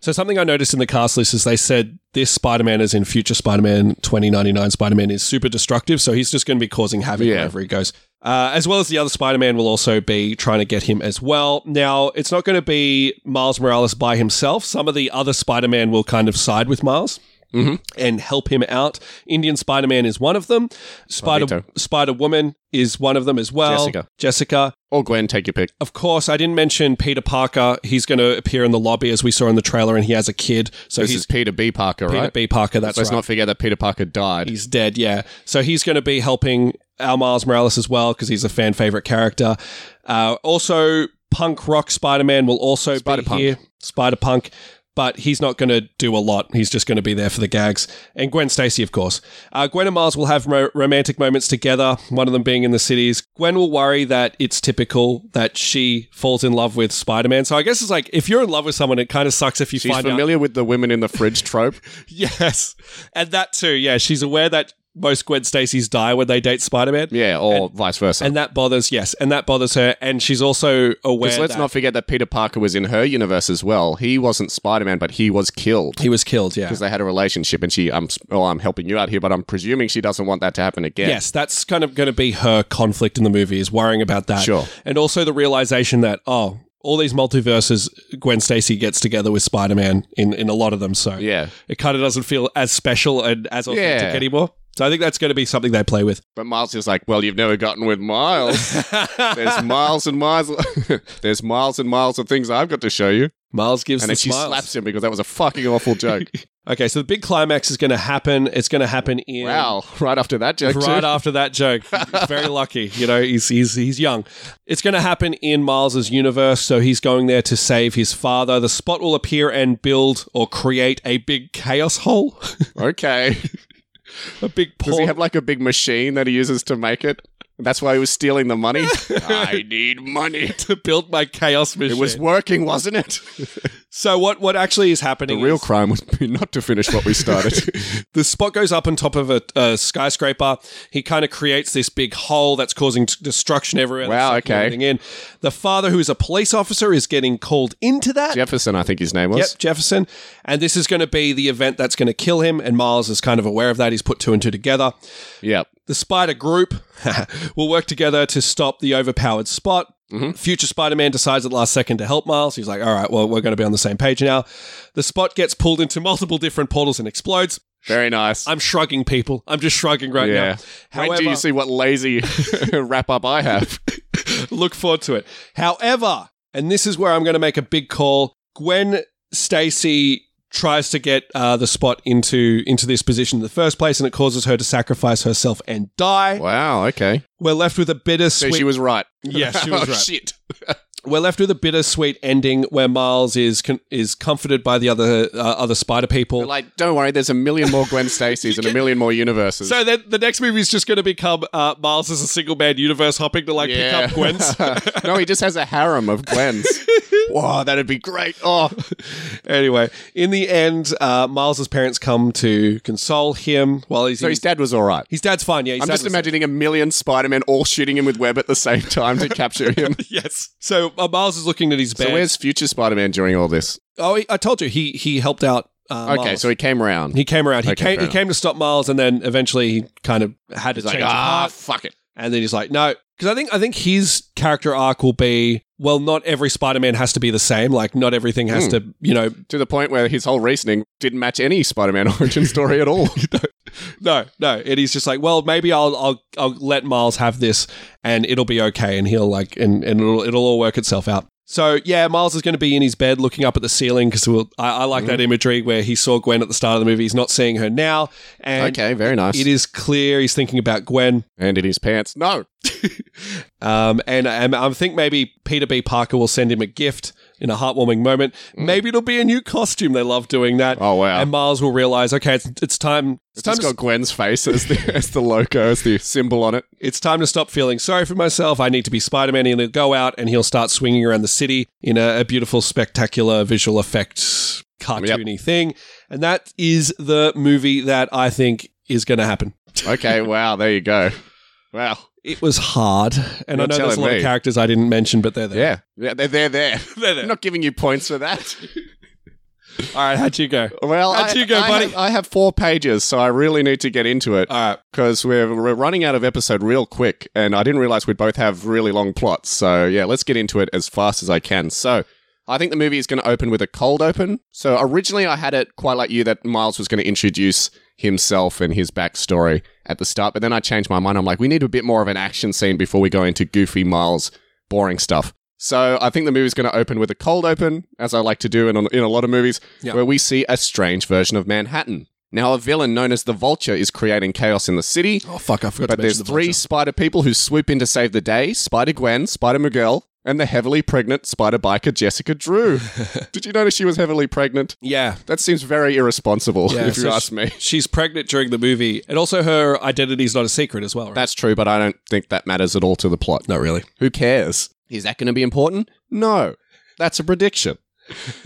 so something I noticed in the cast list is they said this Spider-Man is in future Spider-Man 2099. Spider-Man is super destructive, so he's just going to be causing havoc
Yeah.
wherever he goes. Uh, as well as the other Spider-Man will also be trying to get him as well. Now, it's not going to be Miles Morales by himself. Some of the other Spider-Man will kind of side with Miles.
Mhm.
And help him out. Indian Spider Man is one of them. Spider
Magneto.
Spider Woman is one of them as well.
Jessica.
Jessica.
Or Gwen, take your pick.
Of course, I didn't mention Peter Parker. He's going to appear in the lobby as we saw in the trailer, and he has a kid. So
This
he's
is Peter B. Parker,
Peter
right?
B. Parker. That's
Let's
right.
not forget that Peter Parker died.
he's dead. Yeah. So he's going to be helping our Miles Morales as well because he's a fan favorite character. Uh, also, Punk Rock Spider Man will also
Spider-Punk.
be here. Spider Punk. But he's not going to do a lot. He's just going to be there for the gags. And Gwen Stacy, of course. Uh, Gwen and Miles will have ro- romantic moments together, one of them being in the cities. Gwen will worry that it's typical that she falls in love with Spider Man. So I guess it's like if you're in love with someone, it kind of sucks if you
She's
find out
familiar with the women in the fridge trope.
Yes. And that too, yeah. She's aware that most Gwen Stacy's die when they date Spider Man.
Yeah, or vice versa.
And that bothers, yes. And that bothers her. And she's also aware
Because let's
that
not forget that Peter Parker was in her universe as well. He wasn't Spider Man, but he was killed
he was killed, yeah.
because they had a relationship. And she, I'm, oh, I'm helping you out here, but I'm presuming she doesn't want that to happen again.
Yes, that's kind of going to be her conflict in the movie is worrying about that.
Sure.
And also the realization that, oh, all these multiverses, Gwen Stacy gets together with Spider Man in, in a lot of them. So
Yeah.
it kind of doesn't feel as special and as authentic
Yeah.
anymore. So I think that's going to be something they play with.
But Miles is like, well, you've never gotten with Miles. There's miles and miles. There's miles and miles of things I've got to show you.
Miles gives
And
the
then she
smiles.
slaps him because that was a fucking awful joke.
Okay, so the big climax is going to happen. It's going to happen in
wow. Right after that joke,
right
too.
after that joke. Very lucky, you know. He's he's he's young. It's going to happen in Miles's universe. So he's going there to save his father. The spot will appear and build or create a big chaos hole,
Okay.
a big
Does
portal.
he have like a big machine that he uses to make it? That's why he was stealing the money. I need money.
to build my chaos
It
machine.
was working, wasn't it?
so what? What actually is happening?
The real
is-
crime would be not to finish what we started.
the spot goes up on top of a, a skyscraper. He kind of creates this big hole that's causing t- destruction everywhere.
Wow,
That's sucking
okay.
everything In. The father, who is a police officer, is getting called into that.
Jefferson, I think his name was.
Yep, Jefferson. And this is going to be the event that's going to kill him. And Miles is kind of aware of that. He's put two and two together.
Yep.
The Spider Group will work together to stop the overpowered spot. Future Spider Man decides at the last second to help Miles. He's like, all right, well, we're going to be on the same page now. The spot gets pulled into multiple different portals and explodes.
Very nice.
I'm shrugging, people. I'm just shrugging right
yeah.
now.
When do
However,
you see what lazy wrap up I have?
look forward to it. However, and this is where I'm going to make a big call. Gwen Stacy tries to get uh, the spot into into this position in the first place, and it causes her to sacrifice herself and die.
Wow. Okay.
We're left with a
So
bittersweet.
she was right.
Yes, she was
oh,
right.
Shit.
We're left with a bittersweet ending where Miles is con- is comforted by the other uh, other spider people.
But like, don't worry. There's a million more Gwen Stacy's and a million more universes.
so then the next movie is just going to become uh, Miles as a single man universe hopping to like pick up Gwen's.
no, he just has a harem of Gwens. wow, that'd be great. Oh,
anyway, in the end, uh, Miles's parents come to console him while he's
so
in-
his dad was all right.
His dad's fine, yeah. His
I'm
dad
just
was-
imagining a million Spider-Men all shooting him with web at the same time to capture him.
Yes. So uh, Miles is looking at his bed.
so where's future Spider-Man during all this?
oh, he, I told you he he helped out. Uh,
Okay,
Miles.
so he came round.
he came around. He
Okay,
came
fair
he came to stop Miles, and then eventually he kind of had
He's
to
like,
change of
ah,
heart.
fuck it.
And then he's like, no, because I think I think his character arc will be well, not every Spider-Man has to be the same. Like, not everything
Hmm.
has to, you know,
To the point where his whole reasoning didn't match any Spider-Man origin story at all.
No, no. And he's just like, well, maybe I'll I'll I'll let Miles have this, and it'll be okay, and he'll like, and, and it'll it'll all work itself out. So yeah, Miles is going to be in his bed looking up at the ceiling because we'll, I, I like
Mm.
that imagery where he saw Gwen at the start of the movie. He's not seeing her now, and
okay, very nice.
it is clear he's thinking about Gwen.
and in his pants. No,
Um, and, and I think maybe Peter B. Parker will send him a gift in a heartwarming moment. Maybe it'll be a new costume. They love doing that.
Mm. Oh, wow.
And Miles will realize, okay, it's, it's time. It's,
it's
time
just got Gwen's face as the, as the logo, as the symbol on it.
It's time to stop feeling sorry for myself. I need to be Spider Man. And he'll go out and he'll start swinging around the city in a, a beautiful, spectacular visual effect, cartoony thing. And that is the movie that I think is going to happen.
Okay, wow, there you go. Wow.
It was hard, and
You're
I know there's a
telling
lot
me.
of characters I didn't mention, but they're there.
Yeah. yeah they're, they're there.
They're there.
I'm not giving you points for that.
All right, how'd you go?
Well,
How'd
I,
you go,
I
buddy?
Have, I have four pages, so I really need to get into it
All right,
because we're, we're running out of episode real quick, and I didn't realize we'd both have really long plots. So, yeah, let's get into it as fast as I can. So, I think the movie is going to open with a cold open. So, originally, I had it quite like you that Miles was going to introduce himself and his backstory at the start, but then I changed my mind. I'm like, we need a bit more of an action scene before we go into goofy Miles boring stuff. So I think the movie's going to open with a cold open, as I like to do in, in a lot of movies,
Yeah.
where we see a strange version of Manhattan. Now, a villain known as the Vulture is creating chaos in the city,
Oh fuck, I forgot
but
to
there's
mention the
three
vulture.
spider people who swoop in to save the day Spider Gwen, Spider Miguel, and the heavily pregnant spider biker Jessica Drew. Did you notice she was heavily pregnant?
Yeah.
That seems very irresponsible,
Yeah,
if you
so
ask me.
She's pregnant during the movie, and also her identity's not a secret as well. Right?
That's true, but I don't think that matters at all to the plot.
not really.
Who cares? Is that going to be important? No. That's a prediction.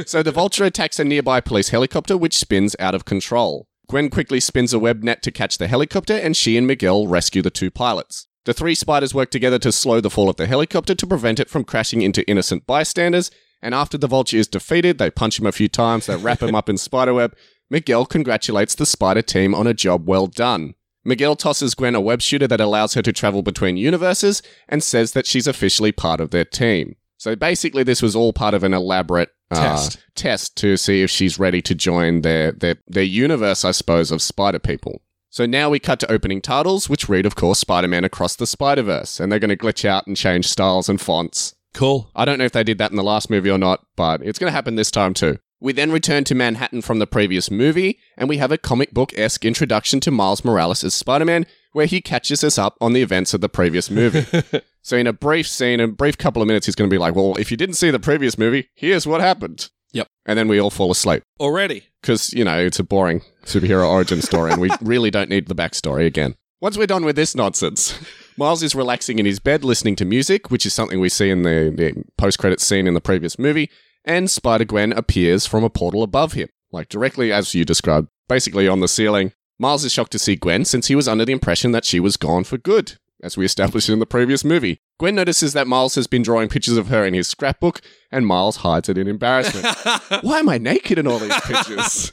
so the vulture attacks a nearby police helicopter, which spins out of control. Gwen quickly spins a web net to catch the helicopter, and she and Miguel rescue the two pilots. The three spiders work together to slow the fall of the helicopter to prevent it from crashing into innocent bystanders. And after the vulture is defeated, they punch him a few times, they wrap him up in spiderweb. Miguel congratulates the spider team on a job well done. Miguel tosses Gwen a web shooter that allows her to travel between universes and says that she's officially part of their team. So basically, this was all part of an elaborate uh,
Test.
test to see if she's ready to join their, their, their universe, I suppose, of spider people. So now we cut to opening titles, which read, of course, Spider Man Across the Spider Verse, and they're going to glitch out and change styles and fonts.
Cool.
I don't know if they did that in the last movie or not, but it's going to happen this time too. We then return to Manhattan from the previous movie, and we have a comic book esque introduction to Miles Morales as Spider Man, where he catches us up on the events of the previous movie. so, in a brief scene, a brief couple of minutes, he's going to be like, Well, if you didn't see the previous movie, here's what happened.
Yep.
And then we all fall asleep
Already.
because you know it's a boring superhero origin story, and we really don't need the backstory again. Once we're done with this nonsense, Miles is relaxing in his bed, listening to music, which is something we see in the, the post-credit scene in the previous movie. And Spider Gwen appears from a portal above him, like directly as you described, basically on the ceiling. Miles is shocked to see Gwen since he was under the impression that she was gone for good, as we established in the previous movie. Gwen notices that Miles has been drawing pictures of her in his scrapbook, and Miles hides it in embarrassment. Why am I naked in all these pictures?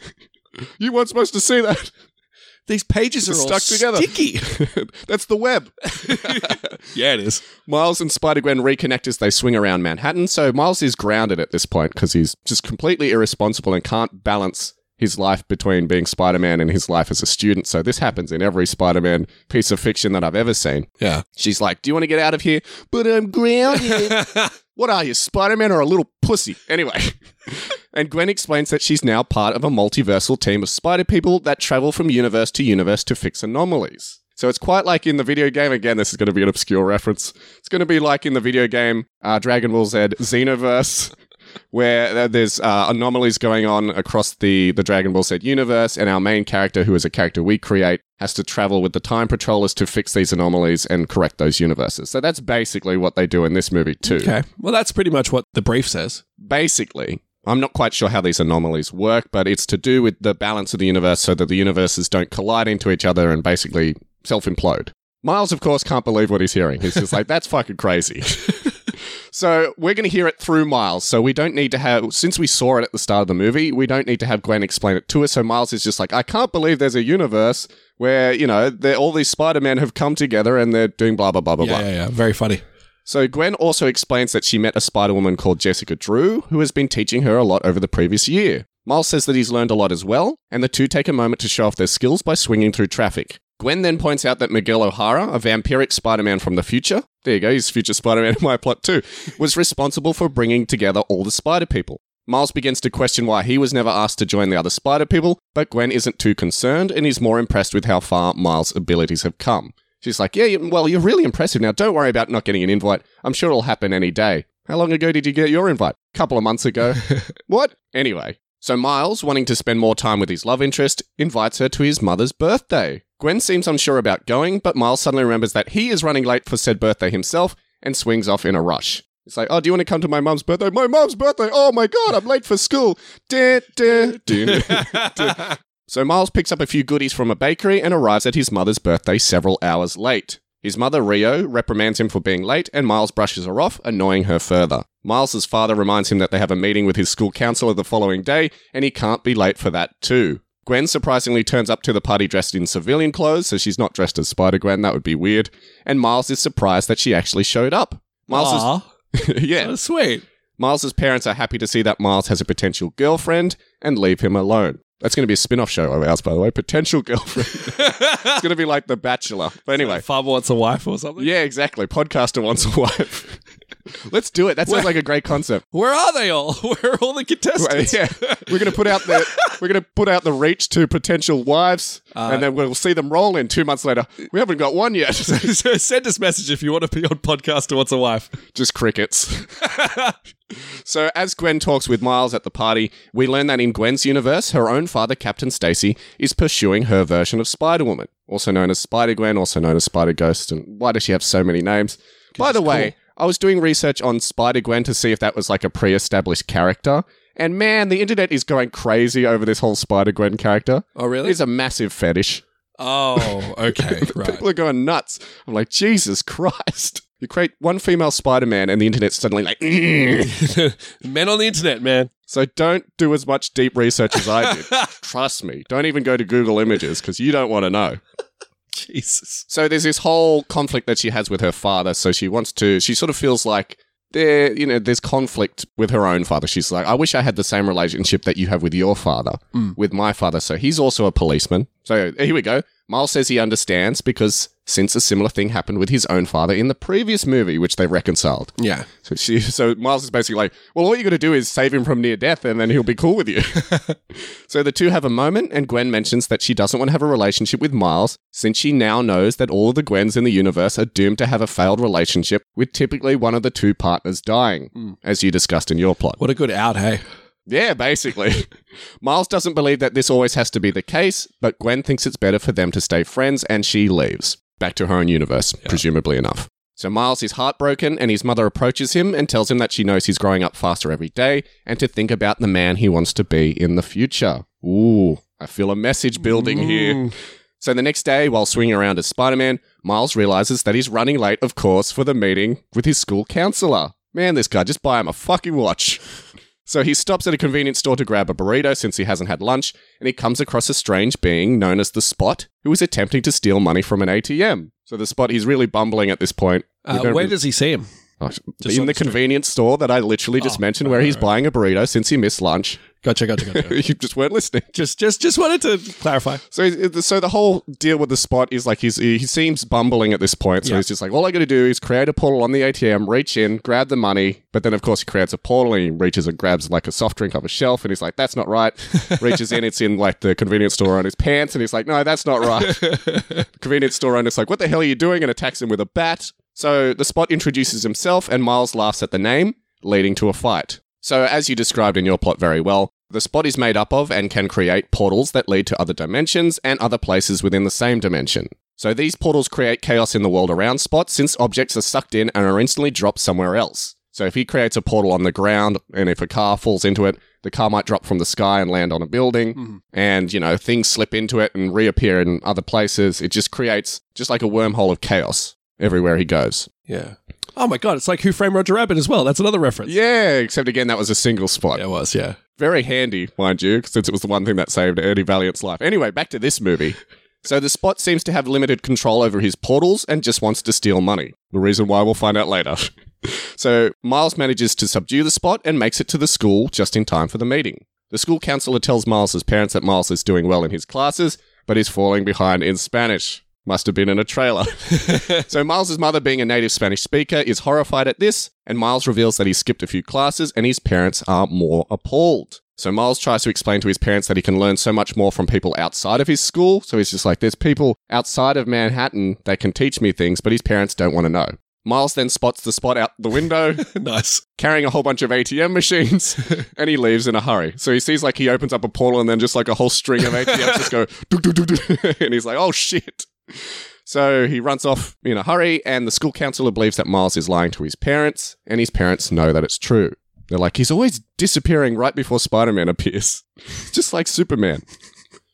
you weren't supposed to see that.
These pages are
It's
all
stuck together.
sticky.
That's the web.
yeah, it is.
Miles and Spider Gwen reconnect as they swing around Manhattan. So Miles is grounded at this point because he's just completely irresponsible and can't balance his life between being Spider Man and his life as a student. So this happens in every Spider Man piece of fiction that I've ever seen.
Yeah.
She's like, Do you want to get out of here? But I'm grounded. What are you, Spider Man or a little pussy? Anyway. and Gwen explains that she's now part of a multiversal team of spider people that travel from universe to universe to fix anomalies. So it's quite like in the video game. Again, this is going to be an obscure reference. It's going to be like in the video game uh, Dragon Ball Z Xenoverse, where uh, there's uh, anomalies going on across the, the Dragon Ball Z universe, and our main character, who is a character we create, has to travel with the Time Patrollers to fix these anomalies and correct those universes. So that's basically what they do in this movie, too
Okay. Well, that's pretty much what the brief says.
basically, I'm not quite sure how these anomalies work, but it's to do with the balance of the universe so that the universes don't collide into each other and basically self implode. Miles, of course, can't believe what he's hearing. He's just like, that's fucking crazy. so we're going to hear it through Miles. So we don't need to have, since we saw it at the start of the movie, we don't need to have Gwen explain it to us. So Miles is just like, I can't believe there's a universe where, you know, they're- all these Spider Men have come together and they're doing blah, blah, blah, blah, blah.
Yeah, yeah, yeah. Very funny.
So Gwen also explains that she met a Spider Woman called Jessica Drew, who has been teaching her a lot over the previous year. Miles says that he's learned a lot as well, and the two take a moment to show off their skills by swinging through traffic. Gwen then points out that Miguel O'Hara, a vampiric Spider Man from the future, there you go, he's future Spider Man in my plot too, was responsible for bringing together all the Spider People. Miles begins to question why he was never asked to join the other Spider People, but Gwen isn't too concerned and is more impressed with how far Miles' abilities have come. She's like, Yeah, you- well, you're really impressive now. Don't worry about not getting an invite. I'm sure it'll happen any day. How long ago did you get your invite? Couple of months ago. what? Anyway. So Miles, wanting to spend more time with his love interest, invites her to his mother's birthday. Gwen seems unsure about going, but Miles suddenly remembers that he is running late for said birthday himself and swings off in a rush. It's like, oh, do you want to come to my mum's birthday? My mum's birthday! Oh my god, I'm late for school! Dun, dun, dun. So Miles picks up a few goodies from a bakery and arrives at his mother's birthday several hours late. His mother, Rio, reprimands him for being late, and Miles brushes her off, annoying her further. Miles's father reminds him that they have a meeting with his school counselor the following day, and he can't be late for that too. Gwen surprisingly turns up to the party dressed in civilian clothes, so she's not dressed as Spider Gwen, that would be weird. And Miles is surprised that she actually showed up. Miles
Aw,
is, yeah,
that's sweet.
Miles's parents are happy to see that Miles has a potential girlfriend and leave him alone. That's going to be a spin-off show of ours, by the way. Potential girlfriend. it's going to be like The Bachelor. But anyway,
Father wants a wife or something.
yeah, exactly. Podcaster wants a wife. Let's do it. That sounds like a great concept.
Where are they all? Where are all the contestants?
yeah, we're going to put out the we're going to put out the reach to potential wives, and then we'll see them roll in two months later. We haven't got one yet.
so send us message if you want to be on podcast to what's a wife.
just crickets. so as Gwen talks with Miles at the party, we learn that in Gwen's universe, her own father, Captain Stacy, is pursuing her version of Spider-Woman, also known as Spider-Gwen, also known as Spider-Ghost, and why does she have so many names? By the way, I was doing research on Spider-Gwen to see if that was like a pre-established character. And man, the internet is going crazy over this whole Spider-Gwen character.
Oh really?
It's a massive fetish.
oh, okay, right.
People are going nuts. I'm like, Jesus Christ. You create one female Spider-Man and the internet's suddenly like,
Men on the internet, man.
So don't do as much deep research as I did. Trust me. Don't even go to Google Images because you don't want to know.
Jesus.
So there's this whole conflict that she has with her father. So she wants to. She sort of feels like there, you know, there's conflict with her own father. She's like, I wish I had the same relationship that you have with your father, with my father. So he's also a policeman. So here we go. Miles says he understands because since a similar thing happened with his own father in the previous movie, which they reconciled.
Yeah.
So she, so Miles is basically like, well, all you got to do is save him from near death, and then he'll be cool with you. so the two have a moment, and Gwen mentions that she doesn't want to have a relationship with Miles, since she now knows that all of the Gwens in the universe are doomed to have a failed relationship, with typically one of the two partners dying, as you discussed in your plot.
What a good out, hey.
Yeah, basically. Miles doesn't believe that this always has to be the case, but Gwen thinks it's better for them to stay friends and she leaves. Back to her own universe, presumably enough. So Miles is heartbroken and his mother approaches him and tells him that she knows he's growing up faster every day and to think about the man he wants to be in the future. Ooh, I feel a message building here. So the next day, while swinging around as Spider Man, Miles realizes that he's running late, of course, for the meeting with his school counselor. Man, this guy, just buy him a fucking watch. So he stops at a convenience store to grab a burrito since he hasn't had lunch, and he comes across a strange being known as the Spot, who is attempting to steal money from an ATM. So the Spot, he's really bumbling at this point. We
Uh,
don't
where
really-
does he see him?
Oh, sh-
on
in
the Oh,
the convenience store that I literally just mentioned, where he's buying a burrito since he missed lunch.
Gotcha, gotcha, gotcha.
you just weren't listening.
just, just, just wanted to clarify.
So, is- so the whole deal with the spot is like he's he seems bumbling at this point. So
Yeah.
he's just like, all I got to do is create a portal on the ATM, reach in, grab the money. But then, of course, he creates a portal and he reaches and grabs like a soft drink off a shelf, and he's like, that's not right. reaches in, it's in like the convenience store on his pants, and he's like, no, that's not right. convenience store owner's like, What the hell are you doing? and attacks him with a bat. So the spot introduces himself, and Miles laughs at the name, leading to a fight. So, as you described in your plot very well, the spot is made up of and can create portals that lead to other dimensions and other places within the same dimension. So, these portals create chaos in the world around Spot since objects are sucked in and are instantly dropped somewhere else. So, if he creates a portal on the ground, and if a car falls into it, the car might drop from the sky and land on a building and you know things slip into it and reappear in other places it just creates just like a wormhole of chaos everywhere he goes
Yeah. Oh my god, it's like Who Framed Roger Rabbit as well. That's another reference.
yeah except again that was a single spot
Yeah, it was. Yeah.
very handy mind you since it was the one thing that saved eddie valiant's life anyway back to this movie so the spot seems to have limited control over his portals and just wants to steal money the reason why we'll find out later so miles manages to subdue the spot and makes it to the school just in time for the meeting the school counselor tells Miles's parents that Miles is doing well in his classes, but is falling behind in Spanish. Must have been in a trailer. so Miles's mother, being a native Spanish speaker, is horrified at this, and Miles reveals that he skipped a few classes, and his parents are more appalled. So Miles tries to explain to his parents that he can learn so much more from people outside of his school. So he's just like, "There's people outside of Manhattan that can teach me things," but his parents don't want to know. Miles then spots the spot out the window
nice.
carrying a whole bunch of ATM machines, and he leaves in a hurry. So he sees like he opens up a portal and then just like a whole string of ATMs just go, "Doo, doo, doo, doo," and he's like, oh shit. So he runs off in a hurry, and the school counselor believes that Miles is lying to his parents, and his parents know that it's true. They're like, he's always disappearing right before Spider Man appears, just like Superman.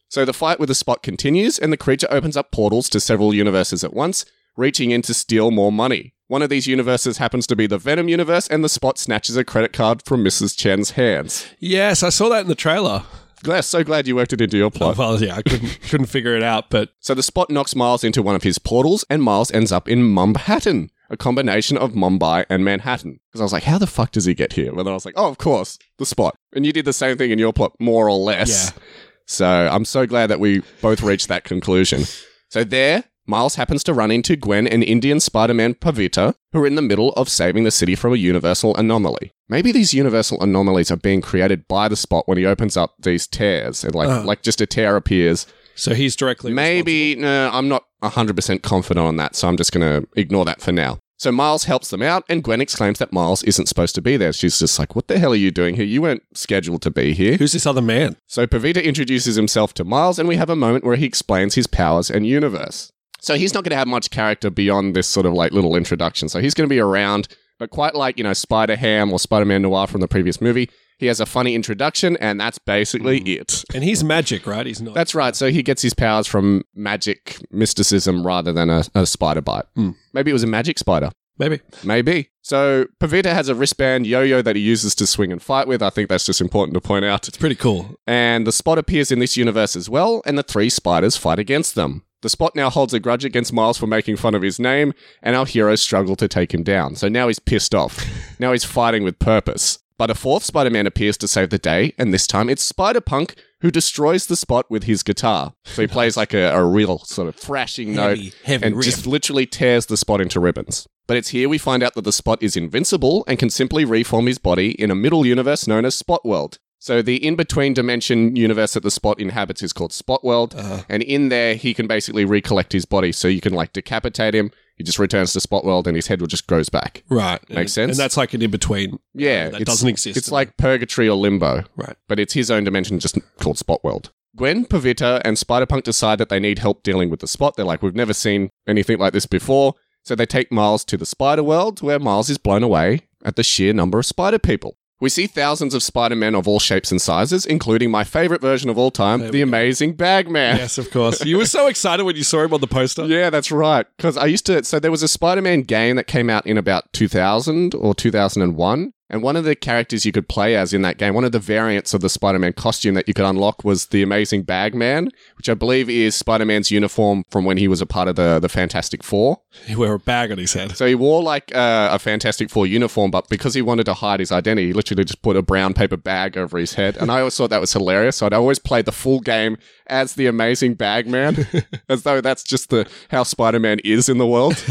So the fight with the spot continues, and the creature opens up portals to several universes at once, reaching in to steal more money. One of these universes happens to be the Venom universe, and the spot snatches a credit card from Mrs. Chen's hands.
Yes, I saw that in the trailer.
Glad, so glad you worked it into your plot.
Well, yeah, I couldn't couldn't figure it out, but
So the spot knocks Miles into one of his portals, and Miles ends up in Mumhattan, a combination of Mumbai and Manhattan. Because I was like, how the fuck does he get here? Well, then I was like, oh, of course, the spot. And you did the same thing in your plot, more or less.
Yeah.
So I'm so glad that we both reached that conclusion. So there, Miles happens to run into Gwen and Indian Spider Man Pavita, who are in the middle of saving the city from a universal anomaly. Maybe these universal anomalies are being created by the spot when he opens up these tears, and like, like just a tear appears.
so he's directly
Maybe, no, I'm not 100% confident on that, so I'm just going to ignore that for now. So Miles helps them out, and Gwen exclaims that Miles isn't supposed to be there. She's just like, What the hell are you doing here? You weren't scheduled to be here.
Who's this other man?
So Pavita introduces himself to Miles, and we have a moment where he explains his powers and universe. So he's not going to have much character beyond this sort of like little introduction. So he's going to be around, but quite like, you know, Spider Ham or Spider Man Noir from the previous movie, he has a funny introduction, and that's basically it.
And he's magic, right? He's not.
That's right. So he gets his powers from magic mysticism rather than a, a spider bite. Maybe it was a magic spider.
Maybe.
Maybe. So Pavita has a wristband yo-yo that he uses to swing and fight with. I think that's just important to point out.
It's pretty cool.
And the spot appears in this universe as well, and the three spiders fight against them. The spot now holds a grudge against Miles for making fun of his name, and our heroes struggle to take him down. So now he's pissed off. now he's fighting with purpose. But a fourth Spider Man appears to save the day, and this time it's Spider Punk who destroys the spot with his guitar. So he plays like a, a real sort of thrashing
Heavy,
note
heavy
and
riff.
just literally tears the spot into ribbons. But it's here we find out that the spot is invincible and can simply reform his body in a middle universe known as Spot World. So the in-between dimension universe that the spot inhabits is called Spot World,
Uh-huh.
and in there he can basically recollect his body. So you can like decapitate him, he just returns to Spot World, and his head will just grows back.
Right.
Makes
And-
sense.
And that's like an in between.
Yeah,
That
it's-
doesn't exist.
It's like purgatory or limbo
Right.
but it's his own dimension just called Spot World. Gwen, Pavita, and Spider Punk decide that they need help dealing with the spot. They're like, we've never seen anything like this before. So they take Miles to the Spider World, where Miles is blown away at the sheer number of spider people. We see thousands of Spider Men of all shapes and sizes, including my favorite version of all time, the amazing Bagman.
Yes, of course. You were so excited when you saw him on the poster.
Yeah, that's right. Because I used to. So there was a Spider Man game that came out in about 2000 or 2001. And one of the characters you could play as in that game, one of the variants of the Spider Man costume that you could unlock was the Amazing Bagman, which I believe is Spider Man's uniform from when he was a part of the, the Fantastic Four.
He wore a bag on his head.
So he wore like uh, a Fantastic Four uniform, but because he wanted to hide his identity, he literally just put a brown paper bag over his head. And I always thought that was hilarious. So I'd always play the full game as the amazing bag man, as though that's just the how Spider Man is in the world.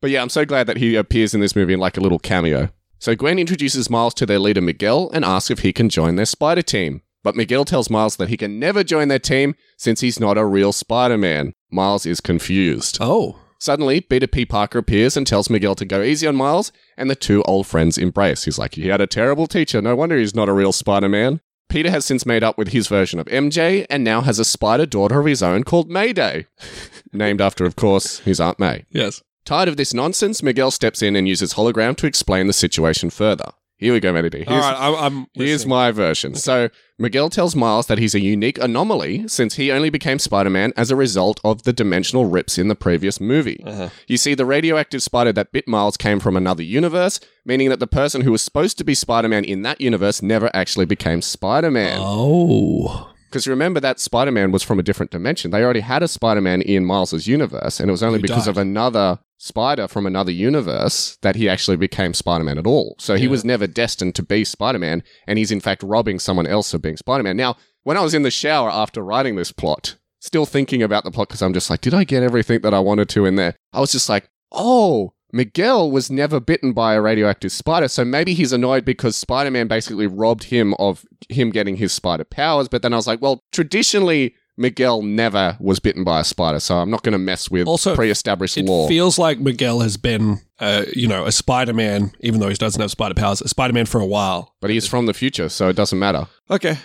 but yeah, I'm so glad that he appears in this movie in like a little cameo. So Gwen introduces Miles to their leader Miguel and asks if he can join their spider team. But Miguel tells Miles that he can never join their team since he's not a real Spider Man. Miles is confused.
Oh.
Suddenly, Peter P. Parker appears and tells Miguel to go easy on Miles, and the two old friends embrace. He's like, he had a terrible teacher. No wonder he's not a real Spider Man. Peter has since made up with his version of MJ and now has a spider daughter of his own called Mayday, named after, of course, his Aunt May.
Yes.
Tired of this nonsense, Miguel steps in and uses hologram to explain the situation further. Here we go, Melody.
All
Here's,
right. I'm. I'm
here's
listening.
my version. So, Miguel tells Miles that he's a unique anomaly since he only became Spider Man as a result of the dimensional rips in the previous movie. You see, the radioactive spider that bit Miles came from another universe, meaning that the person who was supposed to be Spider Man in that universe never actually became Spider Man.
Oh.
Because remember that Spider Man was from a different dimension. They already had a Spider Man in Miles's universe, and it was only
Who
because
died.
of another spider from another universe that he actually became Spider Man at all. So he was never destined to be Spider Man, and he's in fact robbing someone else of being Spider Man. Now, when I was in the shower after writing this plot, still thinking about the plot, because I'm just like, did I get everything that I wanted to in there? I was just like, oh. Miguel was never bitten by a radioactive spider, so maybe he's annoyed because Spider Man basically robbed him of him getting his spider powers. But then I was like, well, traditionally, Miguel never was bitten by a spider, so I'm not going to mess with
Also,
pre established
It
law.
feels like Miguel has been, uh, you know, a Spider-Man, even though he doesn't have spider powers, a Spider-Man for a while.
but he's from the future, so it doesn't matter.
Okay.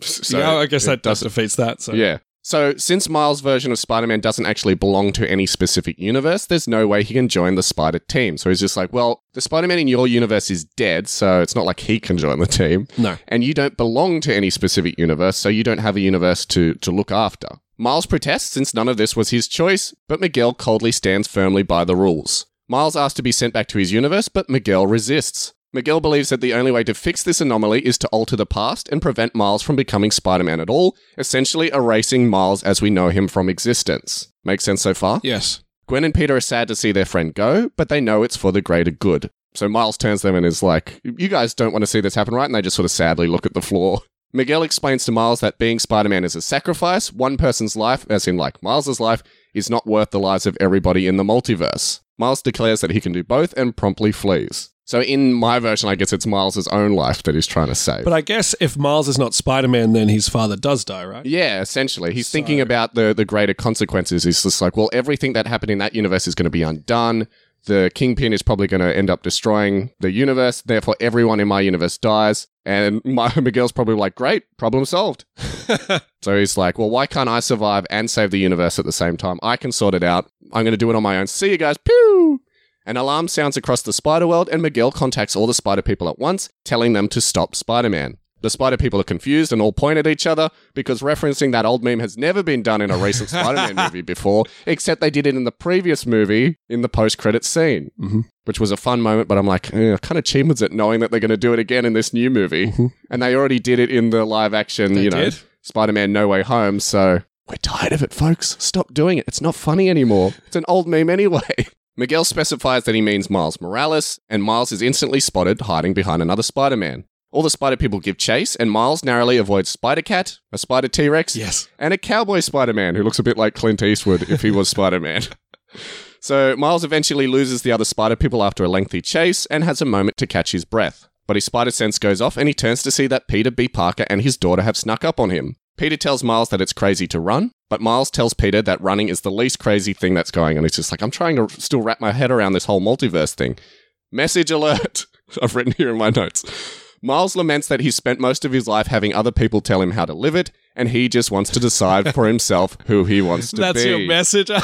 So
yeah, I guess
it
that does
doesn't-
defeats that. So.
Yeah. So, since Miles' version of Spider Man doesn't actually belong to any specific universe, there's no way he can join the Spider team. So he's just like, well, the Spider Man in your universe is dead, so it's not like he can join the team.
No.
And you don't belong to any specific universe, so you don't have a universe to, to look after. Miles protests since none of this was his choice, but Miguel coldly stands firmly by the rules. Miles asks to be sent back to his universe, but Miguel resists. Miguel believes that the only way to fix this anomaly is to alter the past and prevent Miles from becoming Spider Man at all, essentially erasing Miles as we know him from existence. Make sense so far?
Yes.
Gwen and Peter are sad to see their friend go, but they know it's for the greater good. So Miles turns to them and is like, You guys don't want to see this happen, right? And they just sort of sadly look at the floor. Miguel explains to Miles that being Spider Man is a sacrifice. One person's life, as in like Miles's life, is not worth the lives of everybody in the multiverse. Miles declares that he can do both and promptly flees. So in my version, I guess it's Miles's own life that he's trying to save.
But I guess if Miles is not Spider Man, then his father does die, right?
Yeah, essentially. He's thinking
So-
about the the greater consequences. He's just like, well, everything that happened in that universe is going to be undone. The Kingpin is probably going to end up destroying the universe. Therefore, everyone in my universe dies. And my, Miguel's probably like, great, problem solved. so he's like, well, why can't I survive and save the universe at the same time? I can sort it out. I'm going to do it on my own. See you guys. Pew! An alarm sounds across the spider world, and Miguel contacts all the spider people at once, telling them to stop Spider Man. The spider people are confused and all point at each other because referencing that old meme has never been done in a recent Spider Man movie before, except they did it in the previous movie in the post credit scene,
Mhm.
which was a fun moment. But I'm like, eh, kind of cheapens it knowing that they're going to do it again in this new movie. And they already did it in the live action,
Mm-hmm. They
you know,
did?
Spider Man No Way Home. So we're tired of it, folks. Stop doing it. It's not funny anymore. It's an old meme anyway. Miguel specifies that he means Miles Morales, and Miles is instantly spotted hiding behind another Spider Man. All the spider people give chase, and Miles narrowly avoids Spider Cat, a Spider T Rex,
Yes.
and a cowboy Spider Man who looks a bit like Clint Eastwood if he was Spider Man. So Miles eventually loses the other spider people after a lengthy chase and has a moment to catch his breath. But his spider sense goes off and he turns to see that Peter B. Parker and his daughter have snuck up on him. Peter tells Miles that it's crazy to run, but Miles tells Peter that running is the least crazy thing that's going on. He's just like, I'm trying to still wrap my head around this whole multiverse thing. Message alert! I've written here in my notes. Miles laments that he spent most of his life having other people tell him how to live it, and he just wants to decide for himself who he wants to
That's
be.
your message. I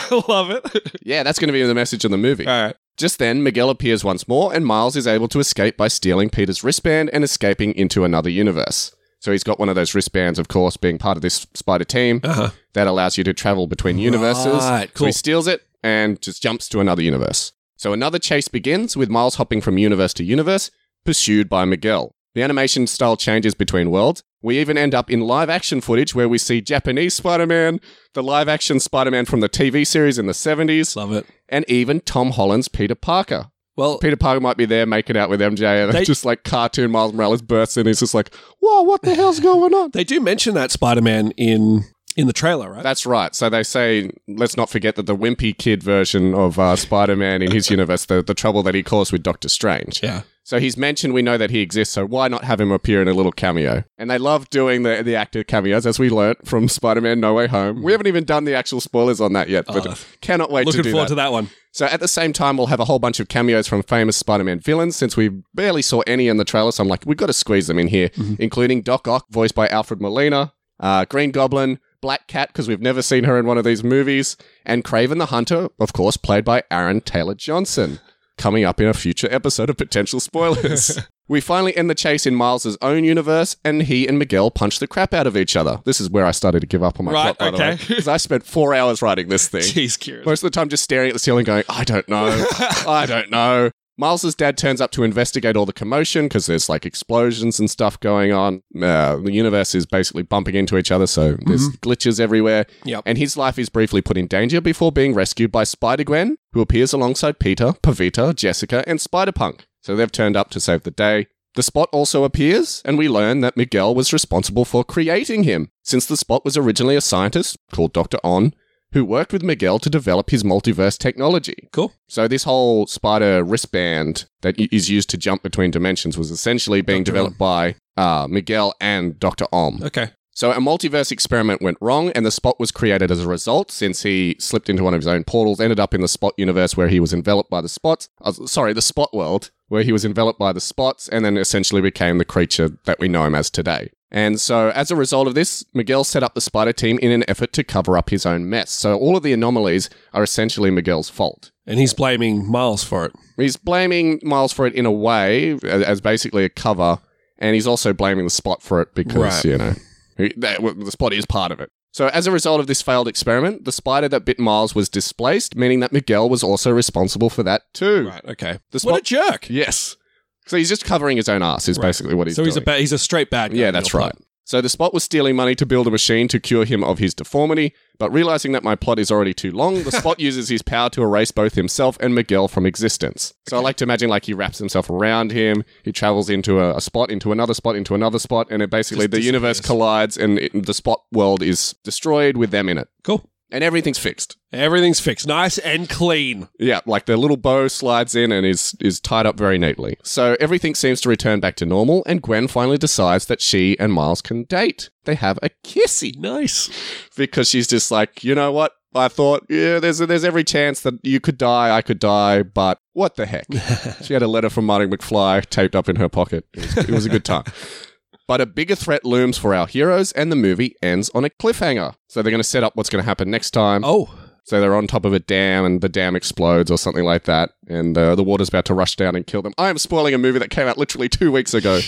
love it.
Yeah, that's going to be the message of the movie.
All right.
Just then, Miguel appears once more, and Miles is able to escape by stealing Peter's wristband and escaping into another universe. So he's got one of those wristbands, of course, being part of this spider team
Uh-huh.
that allows you to travel between universes.
Right,
So he
cool.
steals it and just jumps to another universe. So another chase begins with Miles hopping from universe to universe, pursued by Miguel. The animation style changes between worlds. We even end up in live action footage where we see Japanese Spider Man, the live action Spider Man from the TV series in the 70s,
Love it.
and even Tom Holland's Peter Parker.
Well,
Peter Parker might be there making out with MJ, and
They-
just like cartoon Miles Morales bursts in. He's just like, "Whoa, what the hell's going on?"
they do mention that Spider Man in in the trailer, right?
That's right. So they say, let's not forget that the wimpy kid version of uh, Spider-Man in his universe, the, the trouble that he caused with Doctor Strange.
yeah.
So he's mentioned. We know that he exists. So why not have him appear in a little cameo? And they love doing the the actor cameos, as we learnt from Spider-Man: No Way Home. We haven't even done the actual spoilers on that yet, but
Oh,
cannot wait
Looking
to do
forward
that.
to that one.
So at the same time, we'll have a whole bunch of cameos from famous Spider-Man villains, since we barely saw any in the trailer. So I'm like, we've got to squeeze them in here,
Mm-hmm.
including Doc Ock, voiced by Alfred Molina, uh, Green Goblin, Black Cat, because we've never seen her in one of these movies, and Craven the Hunter, of course, played by Aaron Taylor Johnson. Coming up in a future episode of potential spoilers. we finally end the chase in Miles' own universe, and he and Miguel punch the crap out of each other. This is where I started to give up on my
Right,
plot, by the way,
okay.
because I spent four hours writing this thing.
Jeez, curious.
Most of the time, just staring at the ceiling, going, I don't know. I don't know. Miles's dad turns up to investigate all the commotion because there's like explosions and stuff going on. Uh, the universe is basically bumping into each other, so there's glitches everywhere.
Yep.
And his life is briefly put in danger before being rescued by Spider Gwen, who appears alongside Peter, Pavita, Jessica, and Spider Punk. So they've turned up to save the day. The spot also appears, and we learn that Miguel was responsible for creating him, since the spot was originally a scientist called Dr. On, who worked with Miguel to develop his multiverse technology.
Cool.
So this whole spider wristband that i- is used to jump between dimensions was essentially being
Dr.
developed by uh, Miguel and Dr. Om.
Okay.
So a multiverse experiment went wrong, and the spot was created as a result. Since he slipped into one of his own portals, ended up in the spot universe where he was enveloped by the spots. uh, sorry, the spot world where he was enveloped by the spots, and then essentially became the creature that we know him as today. And so, as a result of this, Miguel set up the Spider Team in an effort to cover up his own mess. So all of the anomalies are essentially Miguel's fault.
And he's blaming Miles for it.
He's blaming Miles for it in a way a- as basically a cover, and he's also blaming the spot for it because
Right.
you know he- that, well, the spot is part of it. So, as a result of this failed experiment, the spider that bit Miles was displaced, meaning that Miguel was also responsible for that too.
Right. Okay.
The
what
spot-
a jerk.
Yes. So he's just covering his own ass, is
Right.
basically what he's
so
doing.
he's a ba- he's a straight bad. guy
Yeah,
in
that's
your
right. So the spot was stealing money to build a machine to cure him of his deformity, but realizing that my plot is already too long, the spot uses his power to erase both himself and Miguel from existence. So I like to imagine like he wraps himself around him, he travels into a, a spot, into another spot, into another spot, and it basically
Just
the universe
disappears.
collides and it, the spot world is destroyed with them in it,
Cool.
and everything's fixed.
Everything's fixed, nice and clean.
Yeah, like the little bow slides in and is is tied up very neatly. So everything seems to return back to normal, and Gwen finally decides that she and Miles can date. They have a kissy
Nice.
because she's just like, you know what? I thought, yeah, there's there's every chance that you could die, I could die, but what the heck? she had a letter from Marty McFly taped up in her pocket. It was, it was a good time. But a bigger threat looms for our heroes, and the movie ends on a cliffhanger. So they're going to set up what's going to happen next time.
Oh,
So they're on top of a dam and the dam explodes or something like that. And uh, the water's about to rush down and kill them. I am spoiling a movie that came out literally two weeks ago.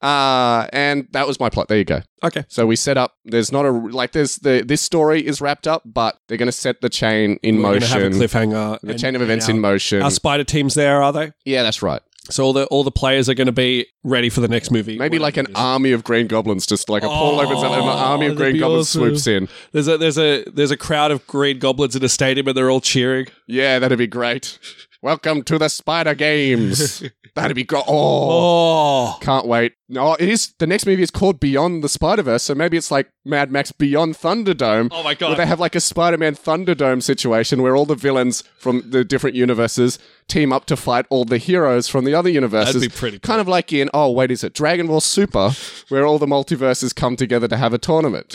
Uh, and that was my plot. There you go.
okay.
So we set up, there's not a, like, there's the, this story is wrapped up, but they're going to set the chain in
We're gonna
motion.
have a cliffhanger.
the
and-
chain of events
and
in motion.
our, our spider team's there, are they?
yeah, that's right.
So all the all the players are going to be ready for the next movie.
Maybe
whatever
like an
it is.
army of green goblins, just like a portal opens up and an
Oh,
army of
that'd
green
be
goblins
awesome.
swoops in.
There's a there's a there's a crowd of green goblins in a stadium and they're all cheering.
Yeah, that'd be great. Welcome to the Spider Games. that'd be great. oh.
Oh,
Can't wait. No, it is. The next movie is called Beyond the Spider Verse, so maybe it's like Mad Max Beyond Thunderdome.
oh
Where
my
they
god!
have like a Spider Man Thunderdome situation where all the villains from the different universes team up to fight all the heroes from the other universes.
That'd be pretty cool.
Kind of like in, oh, wait, is it Dragon Ball Super, where all the multiverses come together to have a tournament?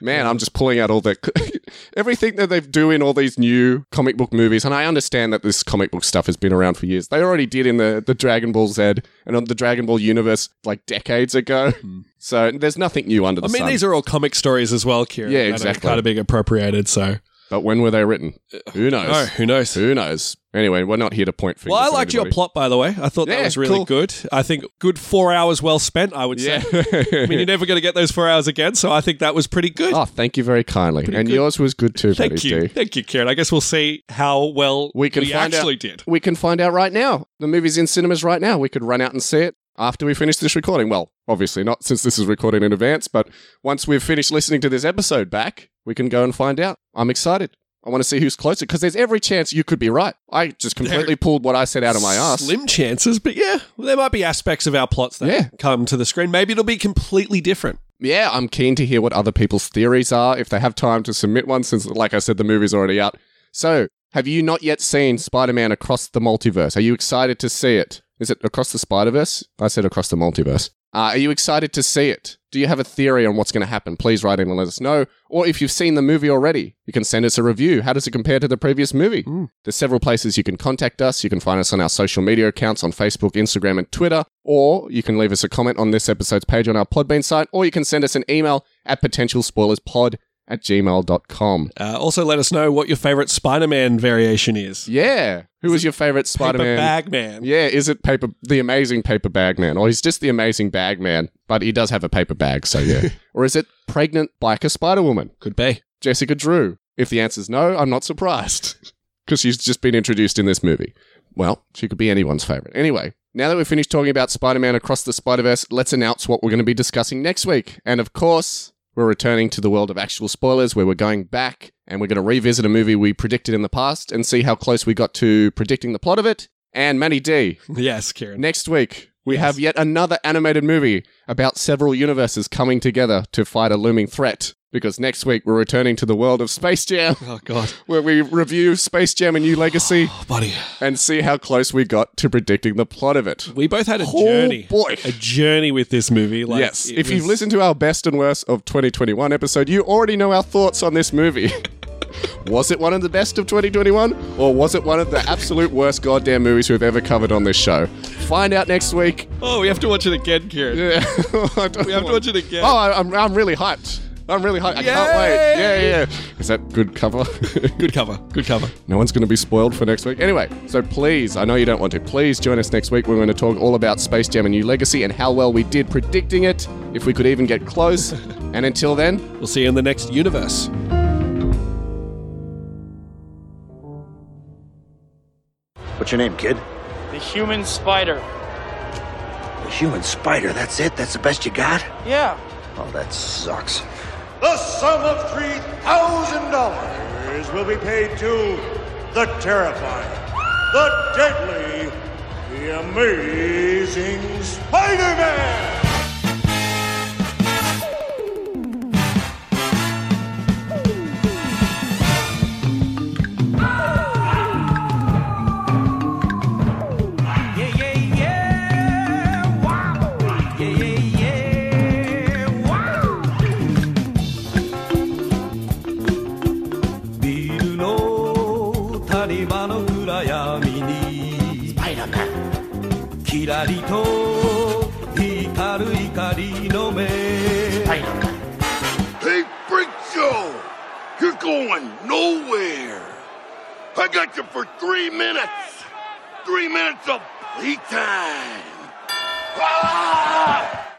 Man, I'm just pulling out all the. everything that they do in all these new comic book movies, and I understand that this comic book stuff has been around for years. They already did in the, the Dragon Ball Z and on the Dragon Ball universe like decades ago. So there's nothing new under the
Hmm. I mean,
sun.
these are all comic stories as well, Kieran.
Yeah,
that are
exactly.
Kind of being appropriated. So,
but when were they written? Who knows?
oh, who knows?
Who knows? Anyway, we're not here to point fingers.
Well, I
at
liked your
anybody.
plot, by the way. I thought that
Yeah,
was really
cool.
good. I think good four hours well spent. I would say. I mean,
Yeah.
you're never going to get those four hours again, so I think that was pretty good.
oh, thank you very kindly. and yours was good too,
Thank
Betty
you,
D.
thank you, Kieran. I guess we'll see how well
We can find out-
actually did.
We can find out right now. The movie's in cinemas right now. We could run out and see it after we finish this recording. Well, obviously not since this is recorded in advance, but once we've finished listening to this episode back, we can go and find out. I'm excited. I want to see who's closer because there's every chance you could be right. I just completely pulled what I said out of my ass.
Slim chances, but yeah, there might be aspects of our plots that
Yeah.
come to the screen. Maybe it'll be completely different.
yeah, I'm keen to hear what other people's theories are if they have time to submit one, since, like I said, the movie's already out. So, have you not yet seen Spider Man Across the Multiverse? Are you excited to see it? Is it Across the Spider Verse? I said Across the Multiverse. Uh, are you excited to see it? Do you have a theory on what's going to happen? Please write in and let us know. Or if you've seen the movie already, you can send us a review. How does it compare to the previous movie? There's several places you can contact us. You can find us on our social media accounts on Facebook, Instagram, and Twitter, or you can leave us a comment on this episode's page on our Podbean site, or you can send us an email at potentialspoilerspod at gmail.com.
Uh, also, let us know what your favorite Spider-Man variation is.
Yeah. Who was your favorite Spider
Paper
Man?
Bag Man.
Yeah, is it paper the amazing paper bag man? Or he's just the amazing bag man, but he does have a paper bag, so yeah. or is it pregnant biker spider woman?
Could be.
Jessica Drew? If the answer's no, I'm not surprised because she's just been introduced in this movie. Well, she could be anyone's favorite. Anyway, now that we've finished talking about Spider Man across the Spider Verse, let's announce what we're going to be discussing next week. And of course, we're returning to the world of actual spoilers where we're going back and we're going to revisit a movie we predicted in the past and see how close we got to predicting the plot of it. And Manny D,
Yes, Kieran.
next week. We
Yes.
have yet another animated movie about several universes coming together to fight a looming threat. Because next week we're returning to the world of Space Jam,
Oh God,
where we review Space Jam: A New Legacy
oh, buddy.
and see how close we got to predicting the plot of it.
We both had a
Oh,
journey.
boy.
A journey with this movie. Like,
yes,
it
if you've
was-
listened to our best and worst of 2021 episode, you already know our thoughts on this movie. was it one of the best of 2021, or was it one of the absolute worst goddamn movies we've ever covered on this show? Find out next week.
Oh, we have to watch it again, Kieran.
Yeah. I don't
We have to
want-
watch it again.
Oh, I, I'm, I'm really hyped. I'm really hyped. I can't
Yay!
wait. Yeah, yeah. Is that good cover?
Good cover. Good cover.
no one's going to be spoiled for next week. Anyway, so please, I know you don't want to. Please join us next week. We're going to talk all about Space Jam and New Legacy and how well we did predicting it, if we could even get close. and until then,
We'll see you in the next universe.
What's your name, kid?
The human spider.
The human spider. That's it? That's the best you got?
Yeah.
Oh, that sucks.
The sum of $3,000 will be paid to the terrifying, the deadly, the amazing Spider Man!
Yeah, yeah, yeah, wow. Yeah, yeah, yeah, wow.ビルの谷間の暗闇にキラリと光る光の目
Hey, Freak Show! You're going nowhere! I got you for three minutes! Three minutes of playtime! Ah!